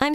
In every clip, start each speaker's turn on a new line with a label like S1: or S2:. S1: I'm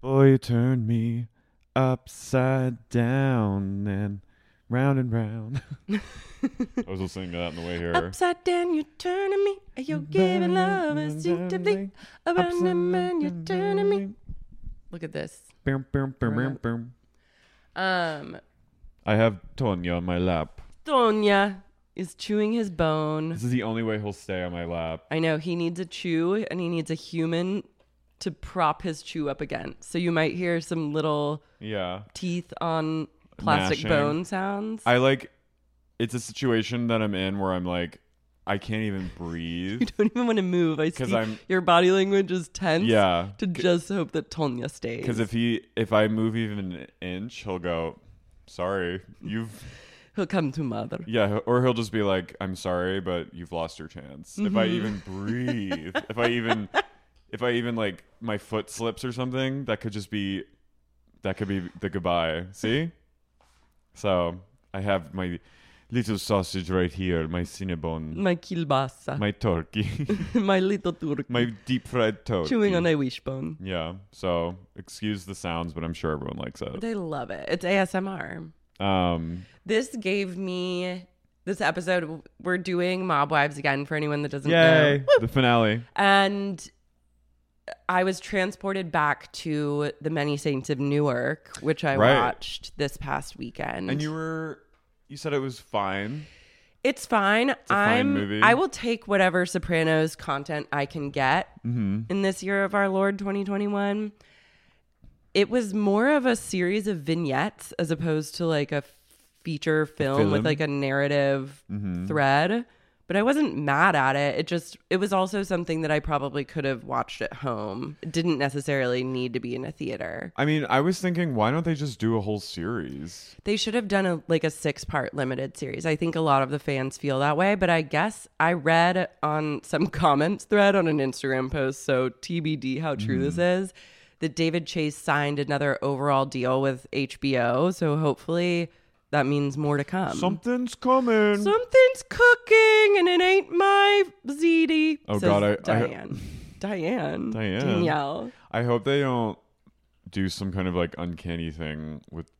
S2: Boy, you turned me upside down and round and round.
S3: I was listening to that on the way here.
S4: Upside down, you're turning me. You're giving love instinctively. Around and around, you're turning me. Look at this.
S2: Bam, bam, bam, bam, bam.
S4: Um,
S3: I have Tonya on my lap.
S4: Tonya is chewing his bone.
S3: This is the only way he'll stay on my lap.
S4: I know he needs a chew, and he needs a human to prop his chew up against. So you might hear some little
S3: Yeah.
S4: teeth on plastic
S3: Gnashing.
S4: bone sounds.
S3: I like it's a situation that I'm in where I'm like, I can't even breathe.
S4: you don't even want to move. I
S3: 'Cause
S4: see
S3: I'm-
S4: your body language is tense.
S3: Yeah.
S4: To just hope that Tonya stays.
S3: Because if he if I move even an inch, he'll go, Sorry. You've
S4: he'll come to mother.
S3: yeah, or he'll just be like, I'm sorry, but you've lost your chance. If
S4: Mm-hmm.
S3: I even breathe, if I even if I even like my foot slips or something, that could just be that could be the goodbye. See? So I have my little sausage right here, my cinnabon,
S4: My kielbasa.
S3: my turkey,
S4: my little turkey
S3: my deep fried turkey.
S4: chewing on a wishbone.
S3: Yeah. So excuse the sounds, but I'm sure everyone likes it.
S4: They love it. It's ASMR.
S3: Um
S4: This gave me this episode. We're doing Mob Wives again for anyone that doesn't know.
S3: Yay. The finale.
S4: And I was transported back to The Many Saints of Newark, which I
S3: Right.
S4: watched this past weekend.
S3: And you were you said it was fine.
S4: It's fine.
S3: a fine
S4: I'm
S3: movie.
S4: I will take whatever Sopranos content I can get
S3: Mm-hmm.
S4: in this year of our Lord 2021. It was more of a series of vignettes as opposed to like a feature film,
S3: film. Mm-hmm.
S4: with like a narrative thread. But I wasn't mad at it. It just it was also something that I probably could have watched at home. It didn't necessarily need to be in a theater.
S3: I mean, I was thinking, why don't they just do a whole series?
S4: They should have done a like a six part limited series. I think a lot of the fans feel that way, but I guess I read on some comments thread on an Instagram post, so TBD how true this
S3: Mm.
S4: is, that David Chase signed another overall deal with HBO. So hopefully that means more to come.
S3: Something's coming.
S4: Something's cooking and it ain't my ZD.
S3: Oh,
S4: says
S3: God, I- I-
S4: Diane. Diane.
S3: Diane.
S4: Danielle.
S3: I hope they don't do some kind of like uncanny thing with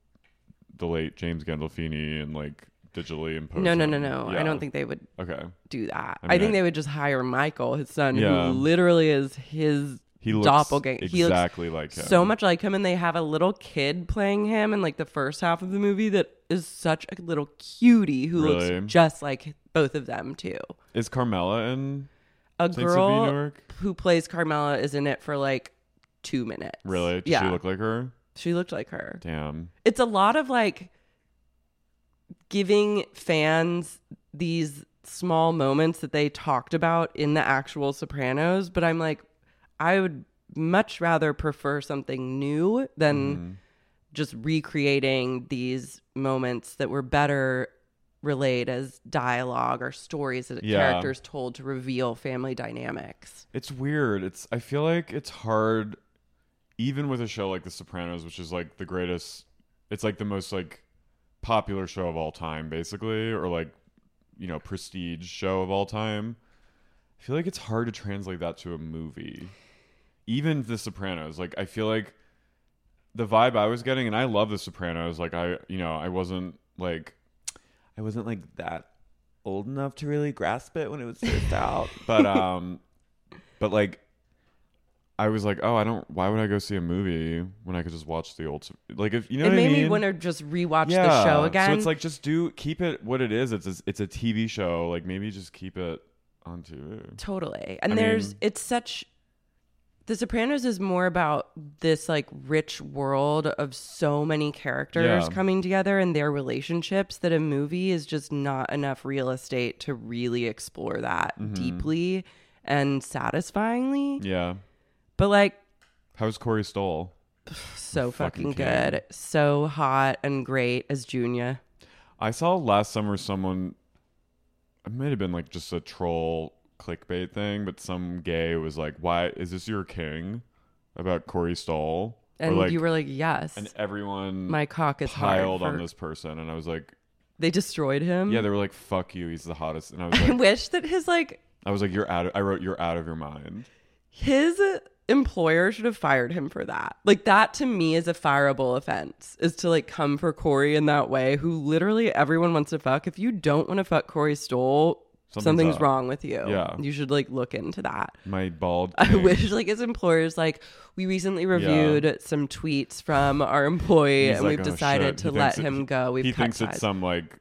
S3: the late James Gandolfini and like digitally imposing.
S4: No, no, no, no. I
S3: Yeah.
S4: don't think they would
S3: Okay.
S4: do that. I,
S3: I mean,
S4: think
S3: I-
S4: they would just hire Michael, his son,
S3: Yeah.
S4: who literally is his
S3: He looks
S4: doppelganger.
S3: exactly
S4: he looks
S3: like him.
S4: so much like him, and they have a little kid playing him in like the first half of the movie that is such a little cutie who
S3: Really?
S4: looks just like both of them too.
S3: Is Carmela in?
S4: A
S3: Saints of
S4: girl
S3: Newark?
S4: who plays Carmela is in it for like two minutes.
S3: Really? Does
S4: yeah,
S3: she look like her?
S4: she looked like her
S3: Damn.
S4: it's a lot of like giving fans these small moments that they talked about in the actual Sopranos, but I'm like, I would much rather prefer something new
S3: Mm-hmm.
S4: than just recreating these moments that were better relayed as dialogue or stories that
S3: Yeah.
S4: characters told to reveal family dynamics.
S3: It's weird. It's I feel like it's hard even with a show like The Sopranos, which is like the greatest it's like the most like popular show of all time basically or like you know, prestige show of all time. I feel like it's hard to translate that to a movie. Even The Sopranos, like I feel like the vibe I was getting and I love The Sopranos, like I, you know, I wasn't like
S2: I wasn't like that old enough to really grasp it when it was first out.
S3: but um but like i was like oh i don't why would i go see a movie when i could just watch the old like if you know
S4: it
S3: what
S4: made
S3: I mean?
S4: me want to just rewatch the show again.
S3: so it's like just do keep it what it is it's a, it's a tv show like maybe just keep it on tv
S4: Totally. And
S3: I
S4: there's
S3: mean-
S4: it's such The Sopranos is more about this like rich world of so many characters
S3: Yeah.
S4: coming together and their relationships that a movie is just not enough real estate to really explore that
S3: Mm-hmm.
S4: deeply and satisfyingly.
S3: yeah
S4: But like
S3: how's corey stoll
S4: so
S3: Fucking
S4: fucking,
S3: king.
S4: good. So hot and great as Junior.
S3: I saw last summer someone it might have been like just a troll clickbait thing, but some gay was like, Why is this your king? About Corey Stoll. Or,
S4: And
S3: like-
S4: you were like, yes.
S3: and everyone
S4: my cock is hard
S3: piled on
S4: for- Um,
S3: this person and I was like
S4: They destroyed him.
S3: Yeah, they were like, Fuck you, he's the hottest and I was
S4: I
S3: like
S4: wish that his like
S3: I was like, You're out of I wrote you're out of your mind.
S4: his employer should have fired him for that. Like that to me is a fireable offense. Is to like come for Corey in that way, who literally everyone wants to fuck. If you don't want to fuck Corey Stoll,
S3: Something's
S4: something's,
S3: up.
S4: wrong with you.
S3: Yeah.
S4: you should like look into that.
S3: My bald
S4: I
S3: king.
S4: wish like his employers like we recently reviewed some tweets from our employee
S3: He's
S4: and
S3: like,
S4: we've
S3: "Oh,
S4: decided
S3: shit."
S4: to
S3: He
S4: let
S3: thinks it-
S4: him go. We've
S3: he
S4: cut
S3: thinks it's
S4: ties.
S3: some like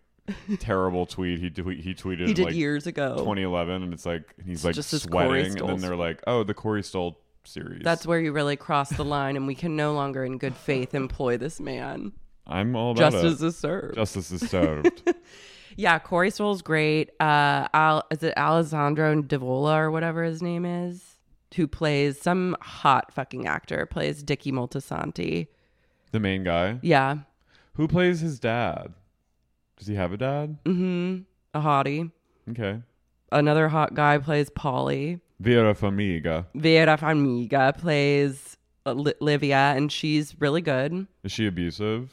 S3: terrible tweet he tweet, he tweeted
S4: he did
S3: like,
S4: years ago.
S3: 2011 and it's like and he's like
S4: just this Corey
S3: sweating and then
S4: Stoll's-
S3: they're like oh the Corey Stoll series
S4: That's where you really cross the line, and we can no longer, in good faith, employ this man.
S3: I'm all about
S4: Justice
S3: it.
S4: is served.
S3: justice is served
S4: Yeah, Corey Stoll's great. Uh, Al is it Alessandro Davola or whatever his name is, who plays some hot fucking actor plays Dicky Moltisanti.
S3: the main guy
S4: Yeah,
S3: who plays his dad does he have a dad
S4: mm-hmm. a hottie.
S3: okay
S4: Another hot guy plays Polly.
S3: Vera Famiga
S4: Vera Farmiga plays Li- Livia, and she's really good.
S3: is she abusive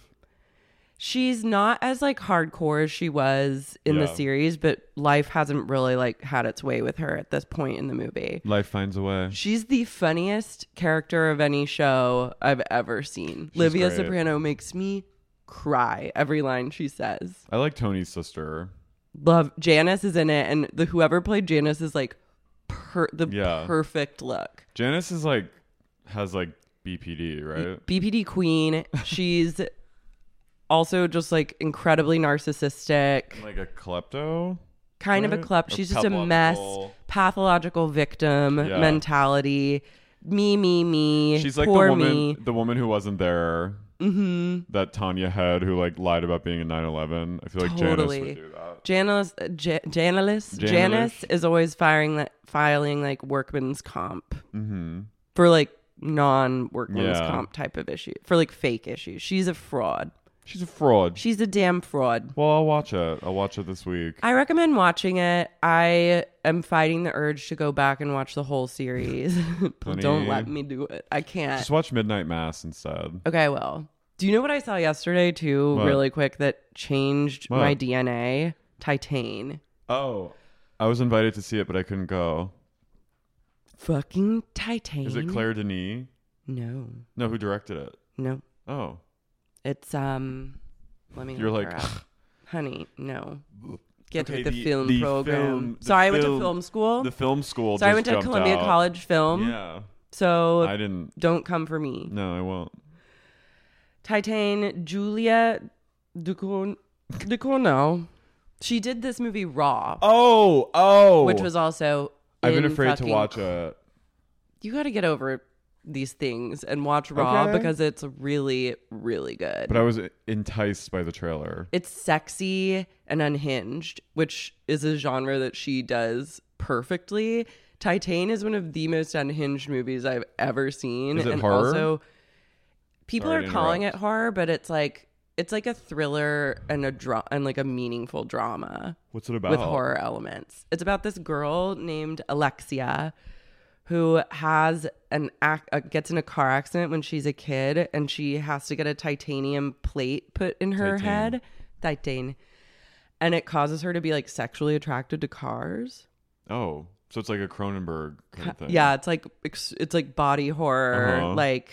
S4: She's not as like hardcore as she was in the
S3: Yeah.
S4: series, but life hasn't really like had its way with her at this point in the movie.
S3: life finds a way
S4: She's the funniest character of any show I've ever seen.
S3: She's
S4: Livia
S3: great.
S4: Soprano makes me cry every line she says.
S3: I like Tony's sister
S4: Love Janice is in it, and the whoever played Janice is like per- the
S3: Yeah.
S4: perfect look.
S3: Janice is like has like BPD right
S4: BPD queen. She's also just like incredibly narcissistic.
S3: like a klepto
S4: kind of a
S3: Right?
S4: club.
S3: Or
S4: She's just a mess,
S3: pathological.
S4: pathological victim
S3: Yeah.
S4: mentality. Me, me, me.
S3: She's like
S4: Poor
S3: the woman,
S4: me.
S3: the woman who wasn't there. Mm-hmm. That Tanya head who like lied about being in 9/11. I feel like Janice
S4: Totally.
S3: would do that.
S4: Janice, uh, Ja- Janice,
S3: Janice.
S4: Janice is always firing that, filing like workman's comp for like non workman's
S3: Mm-hmm. Yeah.
S4: comp type of issue for like fake issues. She's a fraud.
S3: She's a fraud.
S4: She's a damn fraud.
S3: well, I'll watch it. I'll watch it this week.
S4: I recommend watching it. I am fighting the urge to go back and watch the whole series. Don't
S3: Honey.
S4: let me do it. I can't.
S3: Just watch Midnight Mass instead.
S4: Okay, I will. Do you know what I saw yesterday too,
S3: What?
S4: really quick, that changed my
S3: What?
S4: DNA? Titan.
S3: Oh, I was invited to see it, but I couldn't go.
S4: Fucking Titan.
S3: Is it Claire Denis?
S4: No.
S3: No, who directed it?
S4: No.
S3: Oh,
S4: It's um let me
S3: You're
S4: look
S3: like,
S4: her up. honey, no. Get
S3: Okay,
S4: with the,
S3: the-
S4: film
S3: the
S4: program.
S3: film- the
S4: so I went to
S3: film-
S4: film school.
S3: the film school.
S4: so I
S3: just
S4: went to
S3: jumped
S4: Columbia
S3: out.
S4: College Film.
S3: Yeah,
S4: So
S3: I didn't.
S4: don't come for me.
S3: No, I won't.
S4: Titan Julia Ducourneau. Ducournau. She did this movie Raw,
S3: Oh, oh.
S4: which was also
S3: I've been
S4: in
S3: afraid to
S4: fucking
S3: watch it.
S4: you got to get over these things and watch Raw
S3: Okay.
S4: because it's really, really good.
S3: But I was e-, enticed by the trailer.
S4: it's sexy and unhinged, which is a genre that she does perfectly. Titan is one of the most unhinged movies I've ever seen.
S3: Is it
S4: and
S3: horror?
S4: also people
S3: Sorry
S4: are
S3: to
S4: calling it
S3: interrupt.
S4: horror, but it's like It's like a thriller and a dra- and like a meaningful drama
S3: What's it about?
S4: with horror elements. It's about this girl named Alexia who has an ac- uh, gets in a car accident when she's a kid and she has to get a titanium plate put in her
S3: Titane.
S4: head, titane. And it causes her to be like sexually attracted to cars.
S3: Oh, so it's like a Cronenberg kind of thing.
S4: Yeah, it's like ex- it's like body horror.
S3: Uh-huh.
S4: Like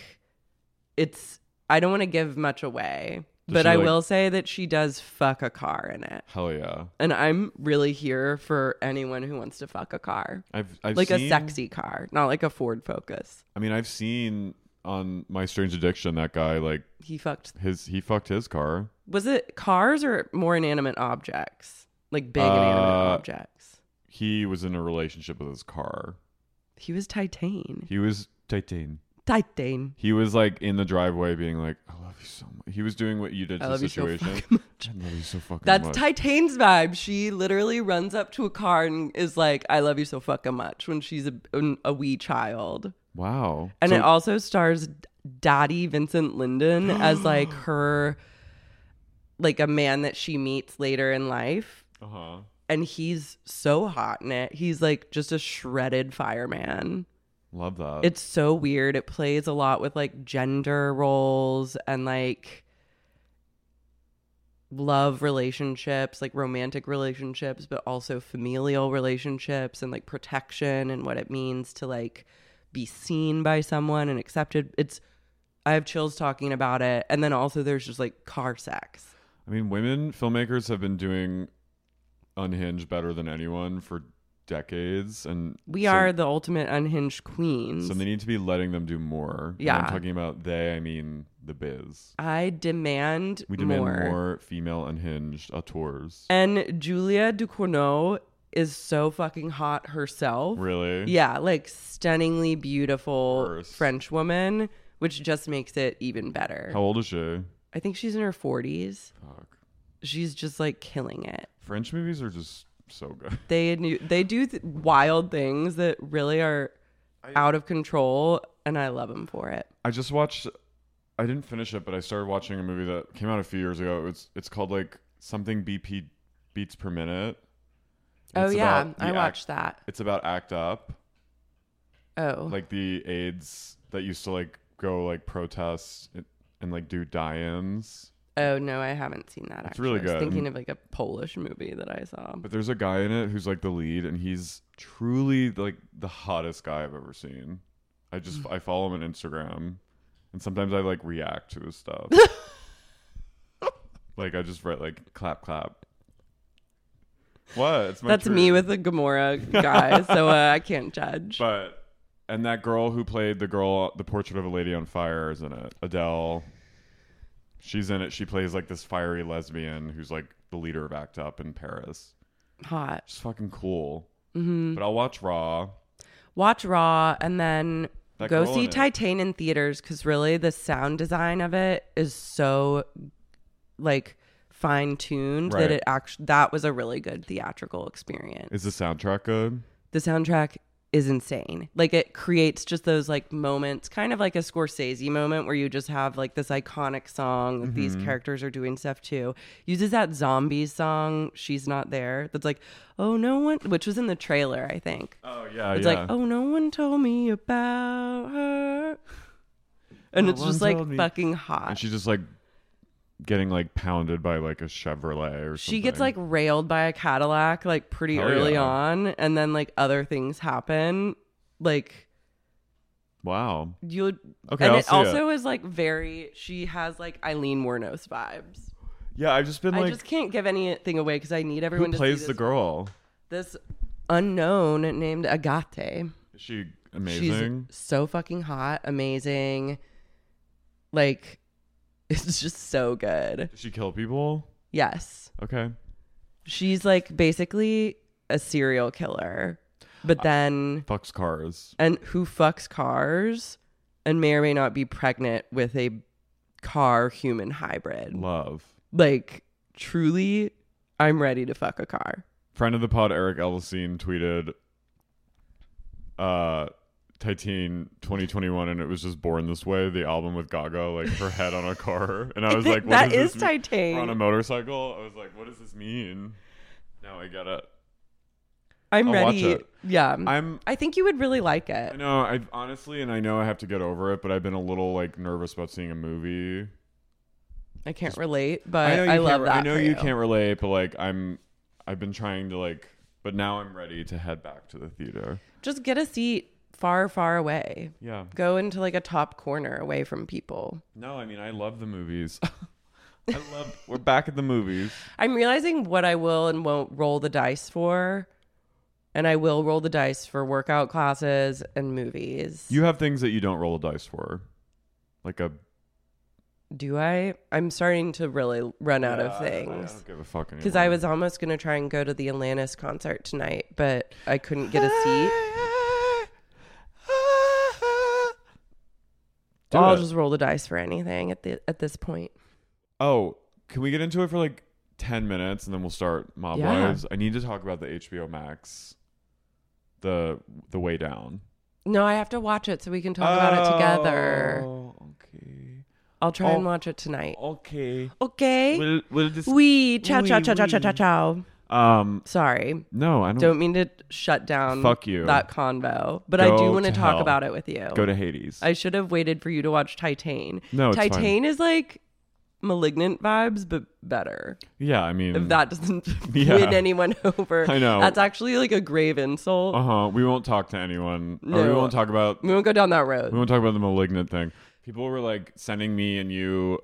S4: it's I don't want to give much away,
S3: Does
S4: but
S3: she,
S4: I
S3: like-
S4: will say that she does fuck a car in it.
S3: Hell yeah.
S4: And I'm really here for anyone who wants to fuck a car.
S3: I've I've
S4: like a
S3: seen-
S4: sexy car, not like a Ford Focus.
S3: I mean, I've seen on my Strange Addiction that guy like
S4: He fucked
S3: his he fucked his car.
S4: was it cars or more inanimate objects? Like big
S3: Uh,
S4: inanimate objects.
S3: He was in a relationship with his car.
S4: He was Titane.
S3: He was Titan.
S4: Titane.
S3: He was like in the driveway being like, I love you so much. He was doing what you did to
S4: I
S3: the
S4: love you so
S3: situation.
S4: fucking much.
S3: I love you so fucking
S4: That's
S3: much.
S4: Titane's vibe. She literally runs up to a car and is like, "I love you so fucking much" when she's a, an- a wee child.
S3: Wow.
S4: And
S3: So-
S4: it also stars Dottie Vincent Linden as like her, like a man that she meets later in life,
S3: uh-huh.
S4: and he's so hot in it. He's like just a shredded fireman.
S3: Love that.
S4: It's so weird. It plays a lot with like gender roles and like love relationships, like romantic relationships, but also familial relationships and like protection and what it means to like be seen by someone and accepted. It's I have chills talking about it. And then also there's just like car sex.
S3: I mean, women filmmakers have been doing unhinged better than anyone for decades and
S4: We
S3: so-
S4: are the ultimate unhinged queens.
S3: so they need to be letting them do more. When
S4: Yeah.
S3: I'm talking about they, I mean the biz.
S4: I demand,
S3: We demand more,
S4: more.
S3: female unhinged auteurs.
S4: And Julia Ducournau is so fucking hot herself.
S3: really?
S4: Yeah, like stunningly beautiful
S3: Gross.
S4: French woman, which just makes it even better.
S3: How old is she?
S4: I think she's in her 40s.
S3: Fuck.
S4: She's just like killing it.
S3: French movies are just so good.
S4: They knew- they do th- wild things that really are out of control and I love them for it.
S3: I just watched. I didn't finish it, but I started watching a movie that came out a few years ago. It's it's called like something BP beats per minute. And
S4: Oh
S3: it's
S4: yeah,
S3: about the
S4: I
S3: act-
S4: watched that.
S3: It's about ACT UP,
S4: Oh.
S3: like the AIDS that used to like go like protest and, and like do die-ins.
S4: oh no, I haven't seen that actually.
S3: It's really
S4: I was
S3: good.
S4: thinking of like a Polish movie that I saw.
S3: But there's a guy in it who's like the lead, and he's truly like the hottest guy I've ever seen. I just
S4: Mm.
S3: I follow him on Instagram, and sometimes I like react to his stuff. like I just write like clap clap. What? It's my
S4: That's
S3: truth.
S4: me with the Gamora guy, so uh, I can't judge.
S3: But and that girl who played the girl, the portrait of a lady on fire, is in it. Adele. She's in it. She plays like this fiery lesbian who's like the leader of ACT UP in Paris.
S4: Hot.
S3: She's fucking cool. Mm-hmm. But I'll watch Raw.
S4: watch Raw and then
S3: That
S4: go
S3: girl
S4: see
S3: in it.
S4: Titan in theaters because really the sound design of it is so like fine tuned
S3: Right.
S4: that it actually that was a really good theatrical experience.
S3: Is the soundtrack good?
S4: the soundtrack is insane. Like it creates just those like moments, kind of like a Scorsese moment where you just have like this iconic song that
S3: Mm-hmm.
S4: these characters are doing stuff to. Uses that zombie song, She's Not There, that's like, oh no one which was in the trailer, I think.
S3: Oh yeah,
S4: It's like, oh, no one told me about her. And
S3: No
S4: it's just
S3: one
S4: like
S3: told me.
S4: fucking hot.
S3: and
S4: She,
S3: she's just like getting like pounded by like a Chevrolet or something.
S4: gets like railed by a Cadillac like pretty
S3: Hell
S4: early
S3: yeah.
S4: on. And then like other things happen. Like
S3: wow.
S4: you'll.
S3: Okay,
S4: and
S3: I'll
S4: it
S3: see
S4: also is like very. She has like Eileen Wuornos vibes.
S3: Yeah, I've just been
S4: I
S3: like,
S4: just can't give anything away because I need everyone
S3: who
S4: to
S3: plays
S4: see
S3: the
S4: this,
S3: girl?
S4: This unknown named Agate.
S3: Is she amazing?
S4: She's so fucking hot, amazing. Like, it's just so good.
S3: Does she kill people?
S4: Yes.
S3: Okay.
S4: She's like basically a serial killer, but then,
S3: Fucks cars.
S4: and who fucks cars and may or may not be pregnant with a car human hybrid.
S3: Love.
S4: Like, truly, I'm ready to fuck a car.
S3: Friend of the pod Eric Elvesine tweeted uh Titan 2021 and it was just Born This Way, the album with Gaga, like her head on a car. And I was like, what
S4: That
S3: does
S4: is
S3: this mean?
S4: Titan.
S3: We're On a motorcycle. I was like, what does this mean? Now I get it.
S4: I'm
S3: I'll watch
S4: ready.
S3: it.
S4: Yeah.
S3: I'm-
S4: I think you would really like
S3: I
S4: it.
S3: know, I honestly, and I know I have to get over it, but I've been a little like nervous about seeing a movie.
S4: I can't relate, but I,
S3: know you can't
S4: love
S3: re-
S4: that.
S3: I know
S4: for
S3: you can't relate, but like I'm, I've been trying to like, but now I'm ready to head back to the theater.
S4: Just get a seat far, far away.
S3: Yeah.
S4: Go into like a top corner away from people.
S3: No, I mean I love the movies. I love. We're back at the movies.
S4: I'm realizing what I will and won't roll the dice for. And I will roll the dice for workout classes and movies.
S3: You have things that you don't roll a dice for, like a.
S4: Do I? I'm starting to really run out of
S3: I
S4: things.
S3: don't give a fuck anymore.
S4: Because I was almost going to try and go to the Atlantis concert tonight, but I couldn't get a seat.
S3: Do
S4: I'll
S3: it.
S4: just roll the dice for anything at the at this point.
S3: Oh, can we get into it for like ten minutes and then we'll start Mob
S4: Yeah.
S3: Wives? I need to talk about the HBO Max, the the way down.
S4: No, I have to watch it so we can talk about it together.
S3: Oh, Okay.
S4: I'll try and
S3: Oh.
S4: watch it tonight.
S3: Okay.
S4: Okay.
S3: We'll we'll just
S4: we chow chow
S3: Oui,
S4: chow chow chow
S3: oui.
S4: chow chow.
S3: um.
S4: Sorry.
S3: No, I don't.
S4: Don't mean to shut down
S3: Fuck you.
S4: that convo, but I do
S3: Go
S4: want to
S3: to
S4: talk
S3: hell.
S4: about it with you.
S3: go to Hades.
S4: I should have waited for you to watch Titan.
S3: No, it's fine.
S4: Titan is like malignant vibes, but better.
S3: yeah, I mean
S4: If that doesn't
S3: Mm. Yeah.
S4: win anyone over,
S3: I know.
S4: that's actually like a grave insult.
S3: Uh huh. We won't talk to anyone. Or we
S4: No.
S3: won't talk about.
S4: We won't go down that road.
S3: We won't talk about the malignant thing. People were like sending me and you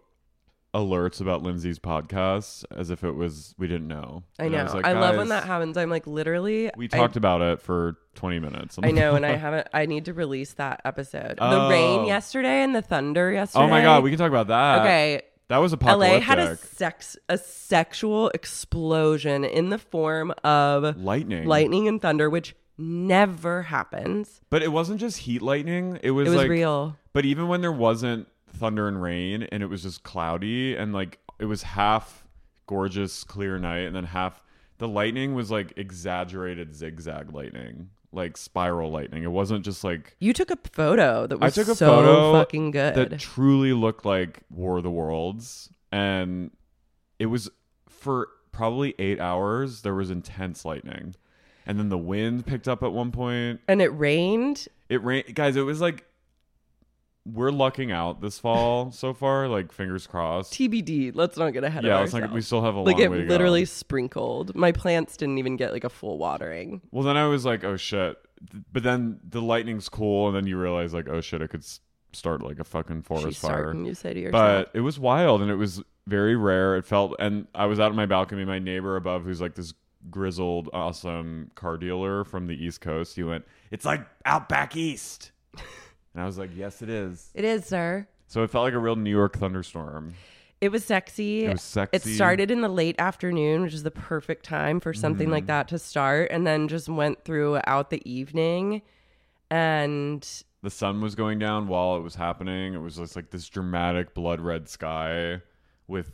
S3: alerts about Lindsay's podcast as if it was we didn't know.
S4: I
S3: And
S4: know. I,
S3: was like,
S4: love when
S3: "Guys,
S4: that happens. I'm like, literally,
S3: We
S4: I-
S3: talked about it for 20 minutes.
S4: I know, and I haven't. I need to release that episode. The
S3: Oh.
S4: rain yesterday and the thunder yesterday.
S3: oh my god, we can talk about that.
S4: okay.
S3: that was
S4: LA
S3: apocalyptic.
S4: had a sex a sexual explosion in the form of
S3: lightning,
S4: lightning and thunder, which never happens.
S3: But it wasn't just heat lightning. It
S4: It
S3: was
S4: was
S3: like,
S4: real.
S3: But even when there wasn't thunder and rain and it was just cloudy and like it was half gorgeous clear night and then half the lightning was like exaggerated zigzag lightning, like spiral lightning. It wasn't just like
S4: You took a photo that
S3: I
S4: was
S3: took a
S4: so
S3: photo
S4: fucking good.
S3: that truly looked like War of the Worlds and it was for probably 8 hours there was intense lightning. And then the wind picked up at one point.
S4: and it rained.
S3: It rain guys, it was like we're lucking out this fall so far, like fingers crossed.
S4: TBD. Let's not get ahead
S3: yeah,
S4: of
S3: it's
S4: ourselves.
S3: like we still have a
S4: like
S3: long
S4: it
S3: way to go.
S4: literally sprinkled. My plants didn't even get like a full watering.
S3: Well, then I was like, oh shit. Th- But then the lightning's cool and then you realize like, oh shit, it could s- start like a fucking forest
S4: She's
S3: fire.
S4: certain, you say to yourself.
S3: but it was wild and it was very rare. It felt and I was out on my balcony, my neighbor above who's like this grizzled awesome car dealer from the East Coast, he went, "It's like out back east." and I was like, "Yes, it is."
S4: it is, sir.
S3: So it felt like a real New York thunderstorm.
S4: It was sexy.
S3: It was
S4: It
S3: sexy.
S4: started in the late afternoon, which is the perfect time for something
S3: Mm.
S4: like that to start, and then just went throughout the evening. And
S3: The sun was going down while it was happening. It was just like this dramatic blood red sky with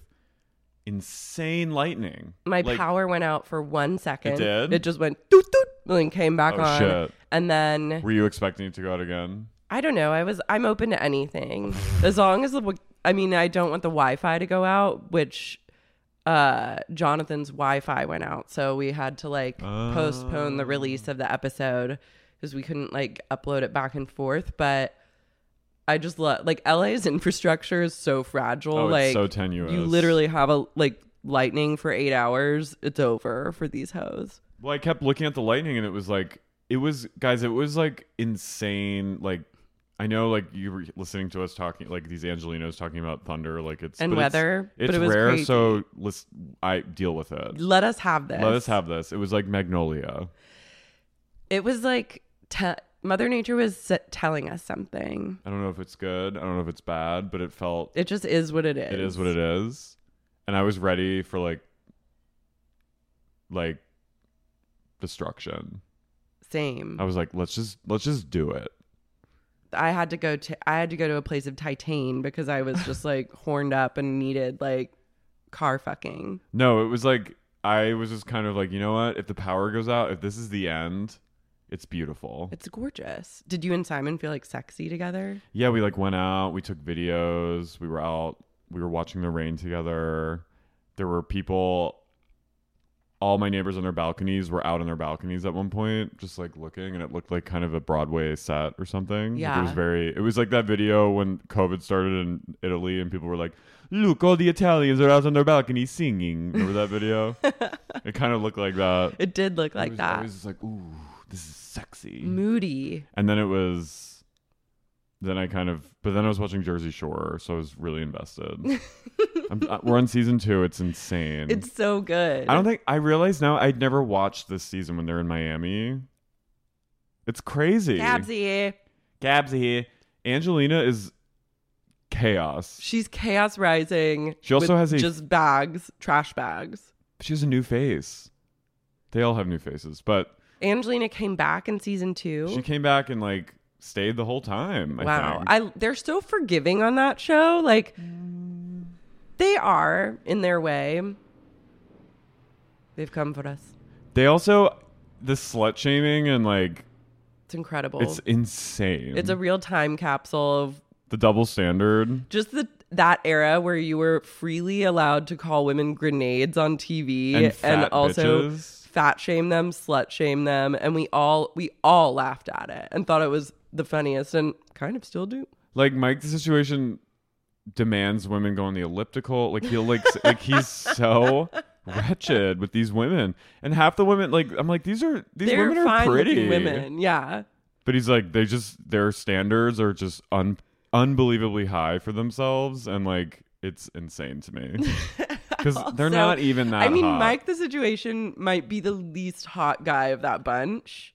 S3: insane lightning.
S4: my
S3: Like,
S4: power went out for one second.
S3: It did?
S4: It just went doot doot and then came back
S3: Oh,
S4: on.
S3: shit.
S4: And then
S3: Were you expecting it to go out again?
S4: I don't know. I was I'm open to anything as long as the wi- I mean I don't want the Wi-Fi to go out, which uh Jonathan's Wi-Fi went out, so we had to like postpone the release of the episode because we couldn't like upload it back and forth. But I just love like LA's infrastructure is so fragile.
S3: Oh, it's
S4: like
S3: so tenuous.
S4: You literally have a like lightning for eight hours. It's over for these hoes.
S3: Well, I kept looking at the lightning and it was like it was guys, it was like insane like I know like you were listening to us talking like these Angelinos talking about thunder like it's
S4: And
S3: but it's-
S4: weather,
S3: It's,
S4: but it was
S3: rare
S4: crazy.
S3: so let's I deal with it.
S4: Let us have this.
S3: Let us have this. It was like Magnolia.
S4: it was like te- mother nature was s- telling us something
S3: I don't know if it's good. I don't know if it's bad, but it felt
S4: it just is what it is
S3: it is what it is. And I was ready for like like destruction.
S4: same
S3: I was like, let's just let's just do it.
S4: i had to go to i had to go to a place of titan because i was just like horned up and needed like car fucking
S3: No, it was like I was just kind of like, you know what? If the power goes out, if this is the end, It's beautiful.
S4: It's gorgeous. Did you and Simon feel like sexy together?
S3: yeah, we like went out, we took videos, we were out, we were watching the rain together. There were people all my neighbors on their balconies were out on their balconies at one point, just like looking, and it looked like kind of a Broadway set or something. Like, it was
S4: Yeah.
S3: very. It was like that video when COVID started in Italy, and people were like, "Look, all the Italians are out on their balconies singing." Remember that video? it kind of looked like that.
S4: It did look like
S3: I was,
S4: that.
S3: I was just like, "Ooh, this is sexy."
S4: Moody.
S3: and then it was then i kind of but then i was watching jersey shore so i was really invested I'm, uh, we're on season two it's insane
S4: It's so good.
S3: i don't think i realize now i'd never watched this season when they're in miami it's crazy
S4: Gabsy.
S3: Gabsy here angelina is chaos
S4: She's chaos rising.
S3: She also
S4: with
S3: has a-
S4: just bags, trash bags.
S3: she has a new face they all have new faces but
S4: Angelina came back in season two.
S3: she came back and like stayed the whole time I
S4: wow,
S3: think.
S4: I they're so forgiving on that show. Like they are in their way. They've come for us.
S3: they also the slut shaming and like
S4: It's incredible.
S3: it's insane
S4: It's a real time capsule of
S3: the double standard.
S4: just the that era where you were freely allowed to call women grenades on TV
S3: And fat
S4: also
S3: bitches.
S4: fat shame them, slut shame them, and we all we all laughed at it and thought it was the funniest and kind of still do.
S3: Like Mike, the situation demands women go on the elliptical. Like he'll like s- like he's so wretched with these women, and half the women like I'm like these are these
S4: They're
S3: women are
S4: fine looking
S3: pretty
S4: women. Yeah.
S3: But he's like they just their standards are just un unbelievably high for themselves, and like it's insane to me because they're
S4: So,
S3: not even that.
S4: I mean,
S3: hot.
S4: Mike the situation might be the least hot guy of that bunch.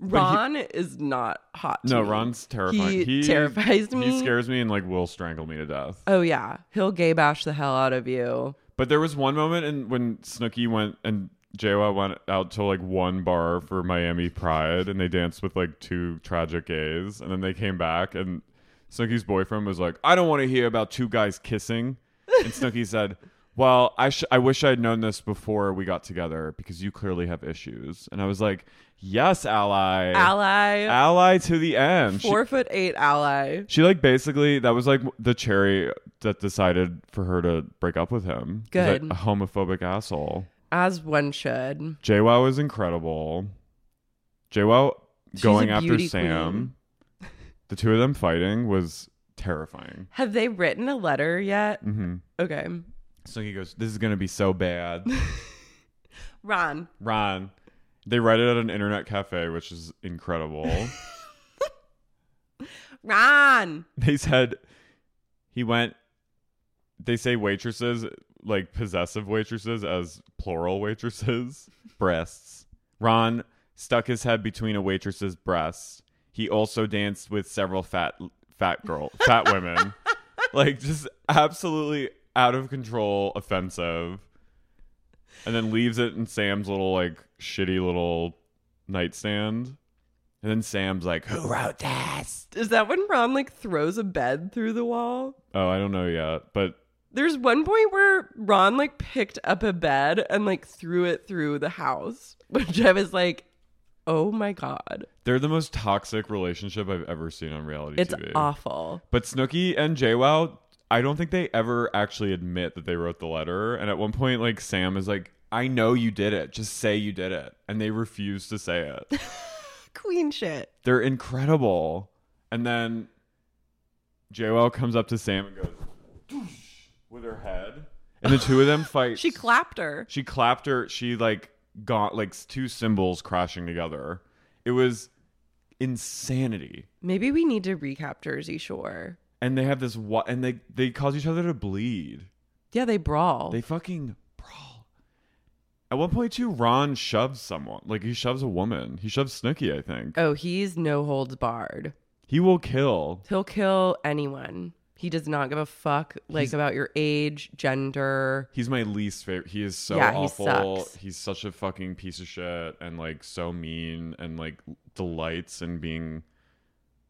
S4: Ron is not hot. to
S3: No,
S4: me.
S3: Ron's terrifying.
S4: He, terrifies me.
S3: He scares me and like will strangle me to death.
S4: Oh yeah, he'll gay bash the hell out of you.
S3: But there was one moment in when Snooki went and JWoww went out to like one bar for Miami Pride, and they danced with like two tragic gays, and then they came back, and Snooki's boyfriend was like, "I don't want to hear about two guys kissing," and Snooki said. Well, I sh- I wish I'd known this before we got together because you clearly have issues. And I was like, "Yes, ally,
S4: Ally,
S3: ally to the end." She-
S4: four foot eight ally.
S3: She like basically that was like the cherry that decided for her to break up with him. He's, like,
S4: Good.
S3: a homophobic asshole.
S4: As one should.
S3: JWoww is incredible. JWoww
S4: She's
S3: going
S4: a
S3: after
S4: beauty
S3: Sam. The two of them fighting was terrifying.
S4: Have they written a letter yet? Mm-hmm. Okay.
S3: So he goes, "This is gonna be so bad."
S4: Ron,
S3: Ron, they write it at an internet cafe, which is incredible.
S4: Ron.
S3: they said he went they say waitresses like possessive waitresses as plural waitresses breasts ron stuck his head between a waitress's breasts he also danced with several fat fat girl fat women like just absolutely out of control offensive and then leaves it in sam's little like shitty little nightstand and then sam's like who wrote this
S4: Is that when Ron like throws a bed through the wall?
S3: Oh, I don't know yet, but
S4: There's one point where Ron like picked up a bed and like threw it through the house, which I was like, oh my God.
S3: they're the most toxic relationship I've ever seen on reality
S4: It's
S3: TV.
S4: awful.
S3: But Snooki and JWoww, I don't think they ever actually admit that they wrote the letter. And at one point, like Sam is like, "I know you did it. Just say you did it," and they refuse to say it.
S4: Queen shit.
S3: they're incredible. And then JWoww comes up to Sam and goes, "Doosh," with her head, and the two of them fight.
S4: She clapped her.
S3: She clapped her. She like got like two cymbals crashing together. It was insanity.
S4: Maybe we need to recap Jersey Shore.
S3: And they have this wa- and they they cause each other to bleed.
S4: Yeah, they brawl.
S3: They fucking brawl. At one point too, Ron shoves someone. Like he shoves a woman. He shoves Snooki, I think.
S4: oh, he's no holds barred.
S3: He will kill.
S4: He'll kill anyone. He does not give a fuck like about your age, gender.
S3: He's my least favorite. He is so
S4: Yeah, he
S3: awful.
S4: sucks.
S3: He's such a fucking piece of shit and like so mean and like delights in being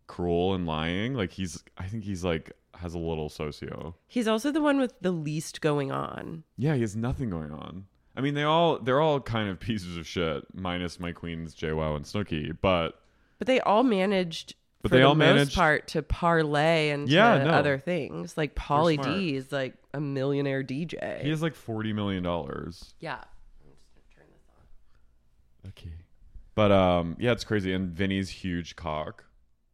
S3: cruel and lying. Like he's I think he's like has a little socio.
S4: He's also the one with the least going on.
S3: Yeah, he has nothing going on. I mean, they all they're all kind of pieces of shit, minus my queens, JWoww and Snooki. But
S5: But they all managed.
S3: But
S5: for
S3: they
S5: the
S3: all
S5: most
S3: managed-
S5: part to parlay into
S3: Yeah, no.
S5: other things. Like Polly
S3: smart.
S5: D is like a millionaire DJ.
S3: he has like forty million dollars.
S5: yeah.
S3: Okay. But um, yeah, it's crazy. And Vinny's huge cock,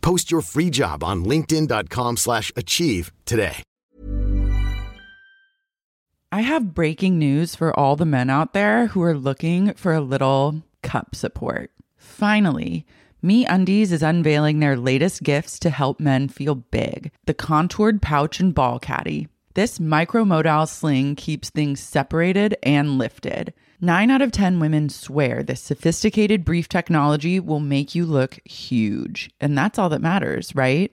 S6: Post your free job on linkedin.com/achieve slash achieve today.
S4: I have breaking news for all the men out there who are looking for a little cup support. Finally, Me Undies is unveiling their latest gifts to help men feel big the contoured pouch and ball caddy. This micromodal sling keeps things separated and lifted. Nine out of 10 women swear this sophisticated brief technology will make you look huge. And that's all that matters, right?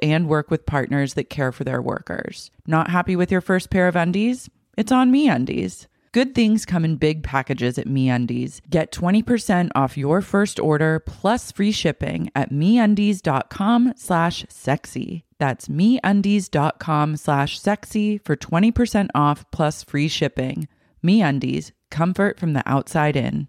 S4: and work with partners that care for their workers. Not happy with your first pair of undies? It's on me undies. Good things come in big packages at MeUndies. Get 20% off your first order plus free shipping at MeUndies.com slash sexy. That's MeUndies.com slash sexy for 20% off plus free shipping. MeUndies, comfort from the outside in.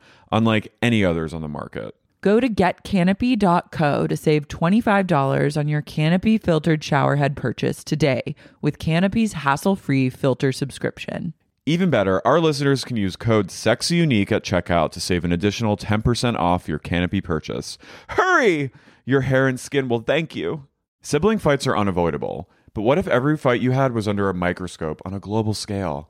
S3: unlike any others on the market.
S4: Go to getcanopy.co to save $25 on your Canopy filtered showerhead purchase today with Canopy's hassle free filter subscription.
S3: Even better, our listeners can use code SEXYUNIQUE at checkout to save an additional 10% off your Canopy purchase. Hurry! Your hair and skin will thank you. Sibling fights are unavoidable, but what if every fight you had was under a microscope on a global scale?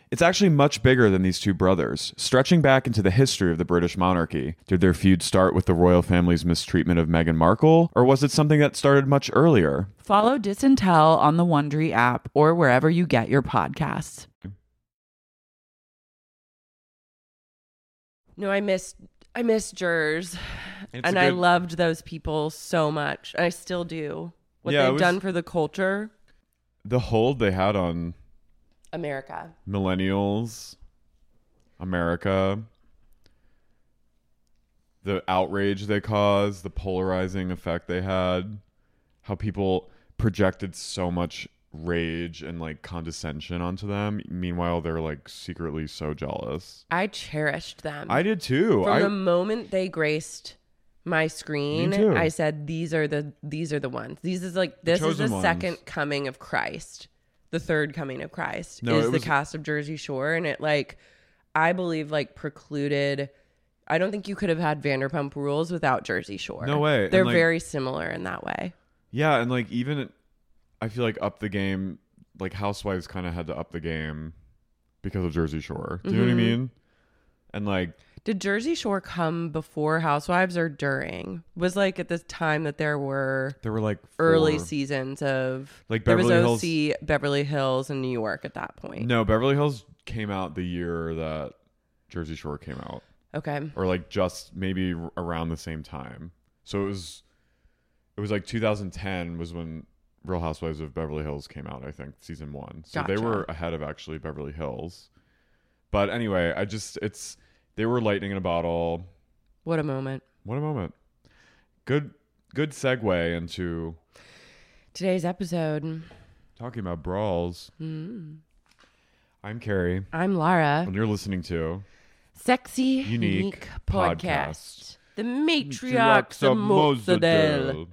S3: It's actually much bigger than these two brothers, stretching back into the history of the British monarchy. Did their feud start with the royal family's mistreatment of Meghan Markle, or was it something that started much earlier?
S4: Follow Disintel on the Wondery app or wherever you get your podcasts.
S5: No, I missed I missed Jers,
S3: It's
S5: and
S3: a
S5: I
S3: good-
S5: loved those people so much. I still do. What
S3: Yeah, it
S5: they've
S3: was-
S5: done for the culture.
S3: the hold they had on
S4: America.
S3: millennials, America, the outrage they caused, the polarizing effect they had, how people projected so much rage and like condescension onto them. Meanwhile, they're like secretly so jealous.
S4: I cherished them.
S3: I did too.
S4: From
S3: I
S4: the moment they graced my screen,
S3: Me too.
S4: I said these are the these are the ones. These is like this is
S3: chosen
S4: the
S3: ones.
S4: second coming of Christ. The third coming of Christ
S3: No,
S4: is
S3: it
S4: the
S3: was-
S4: cast of Jersey Shore and it like I believe like precluded I don't think you could have had Vanderpump Rules without Jersey Shore.
S3: No way. And,
S4: They're
S3: like-
S4: very similar in that way.
S3: yeah, and like even I feel like up the game, like Housewives kind of had to up the game because of Jersey Shore. Do you know
S4: Mm-hmm.
S3: what I mean? And like
S4: Did Jersey Shore come before Housewives or during? Was like at the time that there were
S3: there were like
S4: early
S3: four-
S4: seasons of
S3: Like
S4: there
S3: Beverly
S4: was OC, Beverly Hills, and New York at that point.
S3: No, Beverly Hills came out the year that Jersey Shore came out,
S4: Okay,
S3: or like just maybe r- around the same time. So it was, it was like 2010 was when Real Housewives of Beverly Hills came out. I think season one. So they
S4: Gotcha.
S3: were ahead of actually Beverly Hills. But anyway, I just it's they were lightning in a bottle.
S4: what a moment!
S3: What a moment. Good good segue into
S4: Today's episode.
S3: talking about brawls. I'm Carrie,
S4: I'm Lara,
S3: and you're listening to
S4: sexy
S3: Unique
S4: unique,
S3: podcast.
S4: podcast. The matriarch of Mosadel.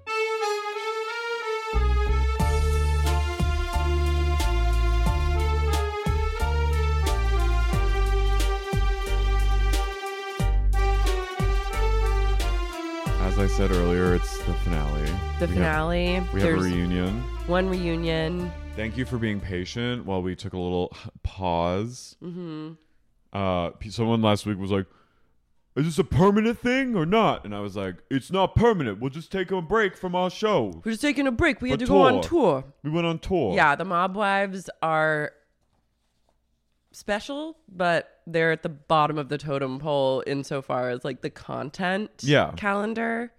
S3: As I said earlier, it's the finale.
S4: The
S3: We have-
S4: finale.
S3: we have
S4: There's
S3: a reunion.
S4: one reunion.
S3: Thank you for being patient while we took a little pause. Mm-hmm. Uh, p- someone last week was like, "Is this a permanent thing or not?" And I was like, "It's not permanent. We'll just take a break from our show.
S4: We're just taking a break. We
S3: A
S4: had to go on
S3: tour.
S4: tour.
S3: We went on tour."
S4: Yeah, the mob wives are special, but they're at the bottom of the totem pole insofar as like the content
S3: Yeah.
S4: calendar.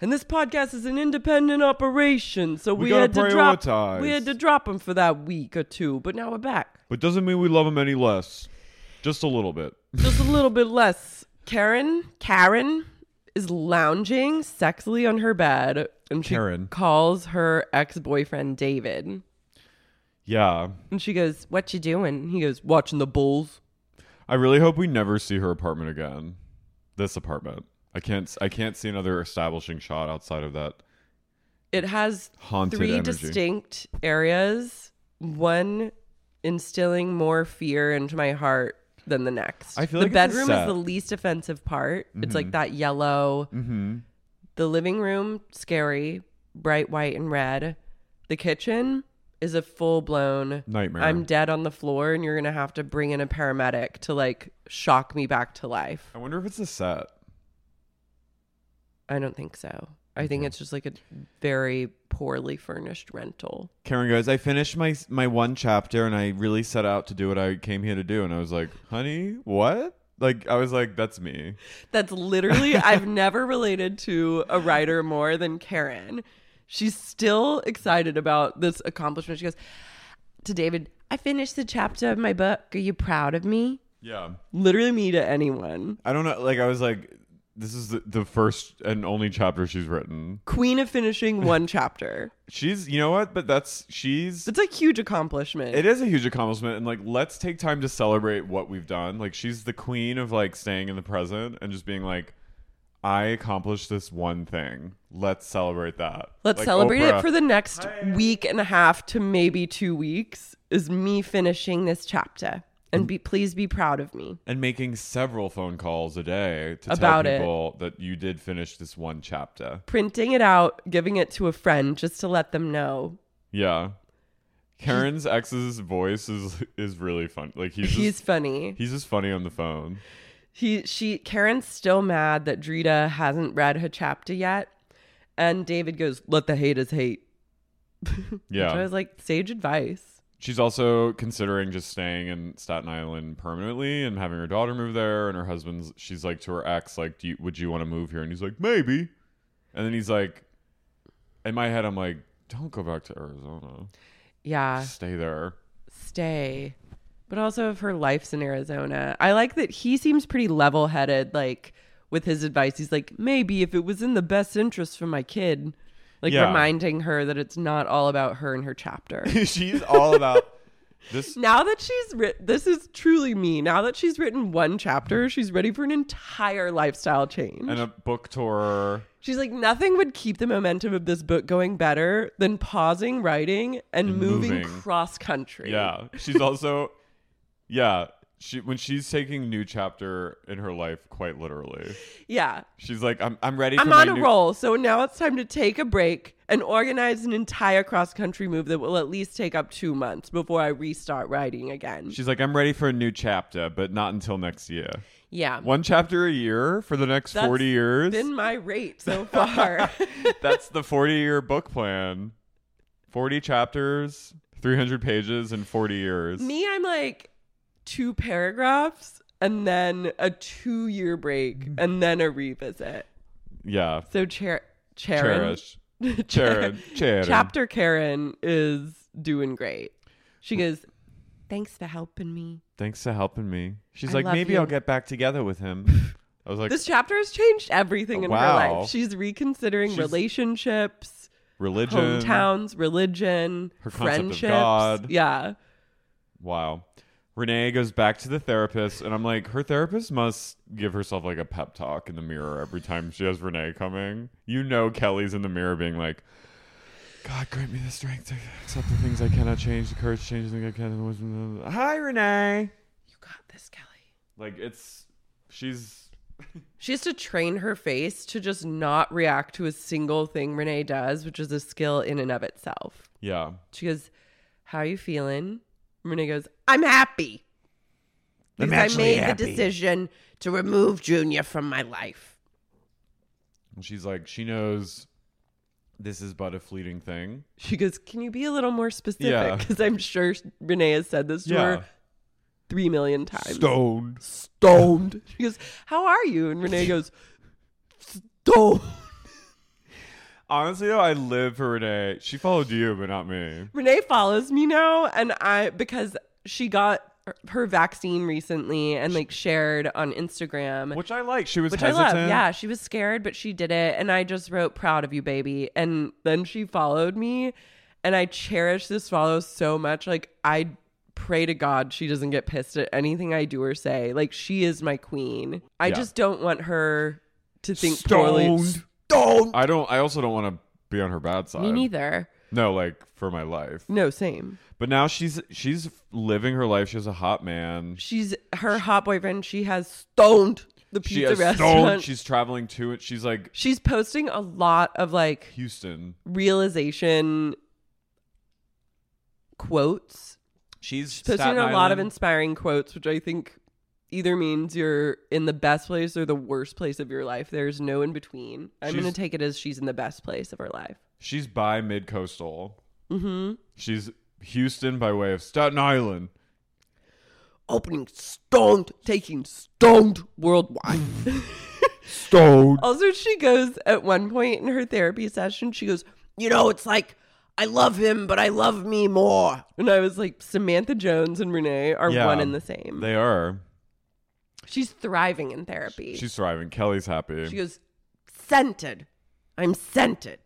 S4: And this podcast is an independent operation, so
S3: We
S4: we,
S3: gotta
S4: had to drop
S3: prioritize.
S4: we had to drop them for that week or two, but now we're back.
S3: but doesn't mean we love them any less. Just a little bit.
S4: Just a little bit less. Karen, Karen is lounging sexily on her bed and she
S3: Karen.
S4: calls her ex-boyfriend David.
S3: Yeah,
S4: And she goes, "What you doing?" He goes, "Watching the Bulls."
S3: I really hope we never see her apartment again. This apartment. I can't. I can't see another establishing shot outside of that.
S4: It has
S3: Haunted
S4: three
S3: energy.
S4: distinct areas, one instilling more fear into my heart than the next.
S3: I feel
S4: the
S3: like it's a
S4: bedroom
S3: set. Mm-hmm.
S4: is the least offensive part. It's like that yellow. The living room, scary, bright white and red. The kitchen is a full blown
S3: Nightmare.
S4: I'm dead on the floor, and you're gonna have to bring in a paramedic to like shock me back to life.
S3: I wonder if it's a set.
S4: I don't think so. I think it's just like a very poorly furnished rental.
S3: Karen goes, I finished my my one chapter and I really set out to do what I came here to do. And I was like, honey, what? Like, I was like, that's me.
S4: That's literally, I've never related to a writer more than Karen. She's still excited about this accomplishment. She goes, To David, I finished the chapter of my book. Are you proud of me?
S3: Yeah.
S4: Literally, me to anyone.
S3: I don't know. Like, I was like, this is the, the first and only chapter she's written.
S4: Queen of finishing one chapter.
S3: She's, you know what? But that's, she's,
S4: It's a huge accomplishment.
S3: it is a huge accomplishment. And like, let's take time to celebrate what we've done. Like, she's the queen of like staying in the present and just being like, I accomplished this one thing. Let's celebrate that.
S4: Let's
S3: Like
S4: celebrate
S3: Oprah.
S4: it for the next week and a half to maybe two weeks is me finishing this chapter. And be please be proud of me.
S3: and making several phone calls a day to
S4: About
S3: tell
S4: it.
S3: people that you did finish this one chapter.
S4: Printing it out, giving it to a friend just to let them know.
S3: Yeah. Karen's ex's voice is is really fun. Like he's just,
S4: He's
S3: he's
S4: funny.
S3: just funny on the phone.
S4: He she Karen's still mad that Drita hasn't read her chapter yet. And David goes, Let the haters hate.
S3: Yeah.
S4: Which I was like, sage advice.
S3: She's also considering just staying in Staten Island permanently and having her daughter move there and her husband's she's like to her ex like do you, would you want to move here and he's like maybe. And then he's like in my head I'm like don't go back to Arizona.
S4: Yeah.
S3: Stay there.
S4: Stay. But also if her life's in Arizona. I like that he seems pretty level headed, like with his advice. He's like, maybe if it was in the best interest for my kid. Like
S3: Yeah.
S4: reminding her that it's not all about her and her chapter.
S3: She's all about this.
S4: now that she's written, this is truly me. Now that she's written one chapter, she's ready for an entire lifestyle change.
S3: And a book tour.
S4: She's like, nothing would keep the momentum of this book going better than pausing writing and,
S3: And
S4: moving,
S3: moving.
S4: cross country.
S3: Yeah. She's also, yeah. She when she's taking new chapter in her life, quite literally.
S4: Yeah.
S3: She's like, I'm I'm ready.
S4: I'm
S3: for my
S4: on a
S3: new-
S4: roll. So now it's time to take a break and organize an entire cross country move that will at least take up two months before I restart writing again.
S3: She's like, I'm ready for a new chapter, but not until next year.
S4: yeah.
S3: One chapter a year for the next
S4: That's
S3: forty years.
S4: Been my rate so far.
S3: That's the 40 year book plan. 40 chapters, 300 pages in 40 years.
S4: Me, I'm like two paragraphs and then a two year break and then a revisit.
S3: yeah.
S4: So, Cher- Charon.
S3: Cherish. Charon. Charon.
S4: Chapter Karen is doing great. She goes, Thanks for helping me.
S3: Thanks for helping me. She's
S4: I
S3: like,
S4: love
S3: maybe
S4: you.
S3: I'll get back together with him. I was like,
S4: This chapter has changed everything in her
S3: Wow.
S4: life. She's reconsidering
S3: She's-
S4: relationships,
S3: religion.
S4: hometowns, religion,
S3: Her concept of
S4: friendships.
S3: God.
S4: Yeah.
S3: Wow. Renee goes back to the therapist, and I'm like, her therapist must give herself like a pep talk in the mirror every time she has Renee coming. You know, Kelly's in the mirror being like, God, grant me the strength to accept the things I cannot change, the courage to change the things I can. Hi, Renee.
S4: You got this, Kelly.
S3: Like, it's, she's,
S4: She has to train her face to just not react to a single thing Renee does, which is a skill in and of itself.
S3: yeah.
S4: She goes, How you feeling? Renee goes, I'm happy.
S2: I'm
S4: Because I
S2: actually
S4: made
S2: happy.
S4: the decision to remove Junior from my life.
S3: And she's like, she knows this is but a fleeting thing.
S4: She goes, Can you be a little more
S3: Yeah.
S4: specific? Because I'm sure Renee has said this to her three million times.
S3: Stoned.
S4: Stoned. She goes, How are you? And Renee goes, Stoned.
S3: Honestly, though, I live for Renee. She followed you, but not me.
S4: Renee follows me now, and I because she got her- her vaccine recently and like shared on Instagram.
S3: Which I like. She was
S4: which
S3: hesitant.
S4: I love. Yeah, she was scared, but she did it. And I just wrote, proud of you, baby. And then she followed me. And I cherish this follow so much. Like, I pray to God she doesn't get pissed at anything I do or say. Like, she is my queen. I
S3: Yeah.
S4: just don't want her to think
S3: Stoned.
S4: poorly. Stoned.
S3: I don't. I also don't want to be on her bad side.
S4: Me neither.
S3: No, like for my life.
S4: No, same.
S3: But now she's she's living her life. She has a hot man.
S4: She's her hot boyfriend. She has stoned the
S3: She
S4: pizza
S3: has
S4: restaurant.
S3: stoned. She's traveling to it. She's like
S4: She's posting a lot of like
S3: Houston.
S4: realization quotes
S3: She's
S4: posting
S3: Staten
S4: a lot of
S3: Island.
S4: inspiring quotes, which I think either means you're in the best place or the worst place of your life. There's no in between. I'm
S3: She's-
S4: going to take it as she's in the best place of her life.
S3: she's by mid coastal. Mm-hmm. She's Houston by way of Staten Island.
S4: Opening stoned, taking stoned worldwide.
S3: Stoned.
S4: also, she goes at one point in her therapy session, she goes, You know, it's like, I love him, but I love me more. And I was like, Samantha Jones and Renee are
S3: Yeah.
S4: one and the same.
S3: They are.
S4: She's thriving in therapy.
S3: She's thriving. Kelly's happy.
S4: She goes, scented. I'm scented.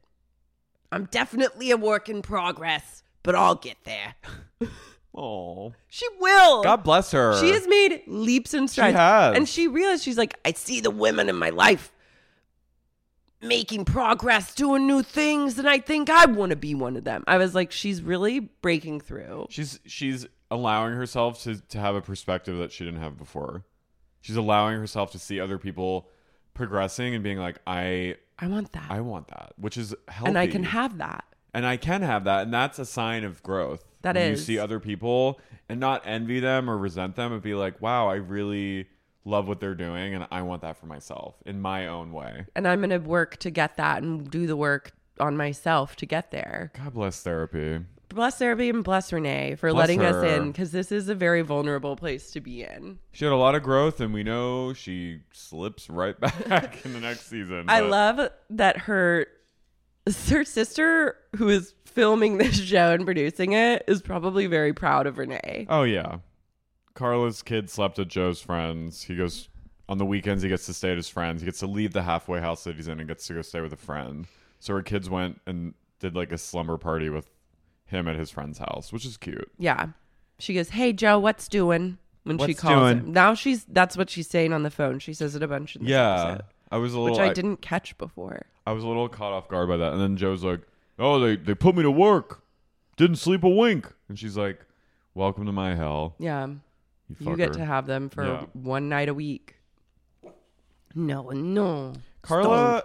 S4: I'm definitely a work in progress, but I'll get there.
S3: Oh,
S4: She will.
S3: God bless her.
S4: She has made leaps and strides.
S3: has.
S4: And she realized she's like, I see the women in my life making progress, doing new things, and I think I want to be one of them. I was like, she's really breaking through.
S3: She's she's allowing herself to to have a perspective that she didn't have before. She's allowing herself to see other people progressing and being like, I
S4: I want that.
S3: I want that, which is healthy,
S4: and I can have that.
S3: and I can have that, and that's a sign of growth.
S4: That
S3: That is,
S4: is.
S3: you see other people and not envy them or resent them, and be like, wow, I really love what they're doing, and I want that for myself in my own way.
S4: And I'm going to work to get that and do the work on myself to get there.
S3: God bless therapy.
S4: bless Therapy and bless Renee for
S3: Bless
S4: letting us
S3: her.
S4: in because this is a very vulnerable place to be in.
S3: She had a lot of growth, and we know she slips right back in the next season.
S4: I
S3: but-
S4: love that her her sister, who is filming this show and producing it, is probably very proud of Renee.
S3: Oh yeah. Carla's kid slept at Joe's friends. He goes on the weekends he gets to stay at his friends. He gets to leave the halfway house that he's in and gets to go stay with a friend. So her kids went and did like a slumber party with him at his friend's house, which is cute.
S4: Yeah. She goes, Hey, Joe, what's doing? When she
S2: What's
S4: calls
S2: doing?
S4: him. Now she's, that's what she's saying on the phone. She says it a bunch in this
S3: yeah.
S4: episode,
S3: I was a little
S4: which I didn't catch before.
S3: I was a little caught off guard by that. And then Joe's like, Oh, they, they put me to work. Didn't sleep a wink. And she's like, Welcome to my hell.
S4: Yeah.
S3: You,
S4: You get
S3: fucker."
S4: to have them for
S3: Yeah.
S4: one night a week. No, no.
S3: Carla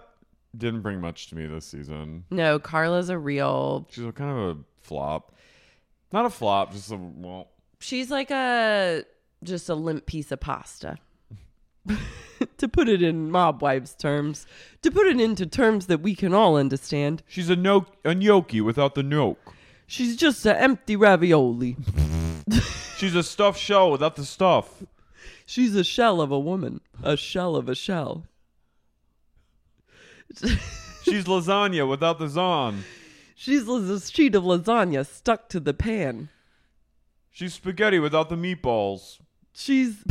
S3: didn't bring much to me this season.
S4: No, Carla's a real.
S3: She's a kind of a flop. Not a flop, just a well.
S4: She's like a just a limp piece of pasta. to put it in mob wives terms, to put it into terms that we can all understand,
S3: She's a no a gnocchi without the gnocchi.
S4: she's just an empty ravioli.
S3: She's a stuffed shell without the stuff.
S4: She's a shell of a woman, a shell of a shell.
S3: She's lasagna without the zon.
S4: She's l- a sheet of lasagna stuck to the pan.
S3: She's spaghetti without the meatballs.
S4: She's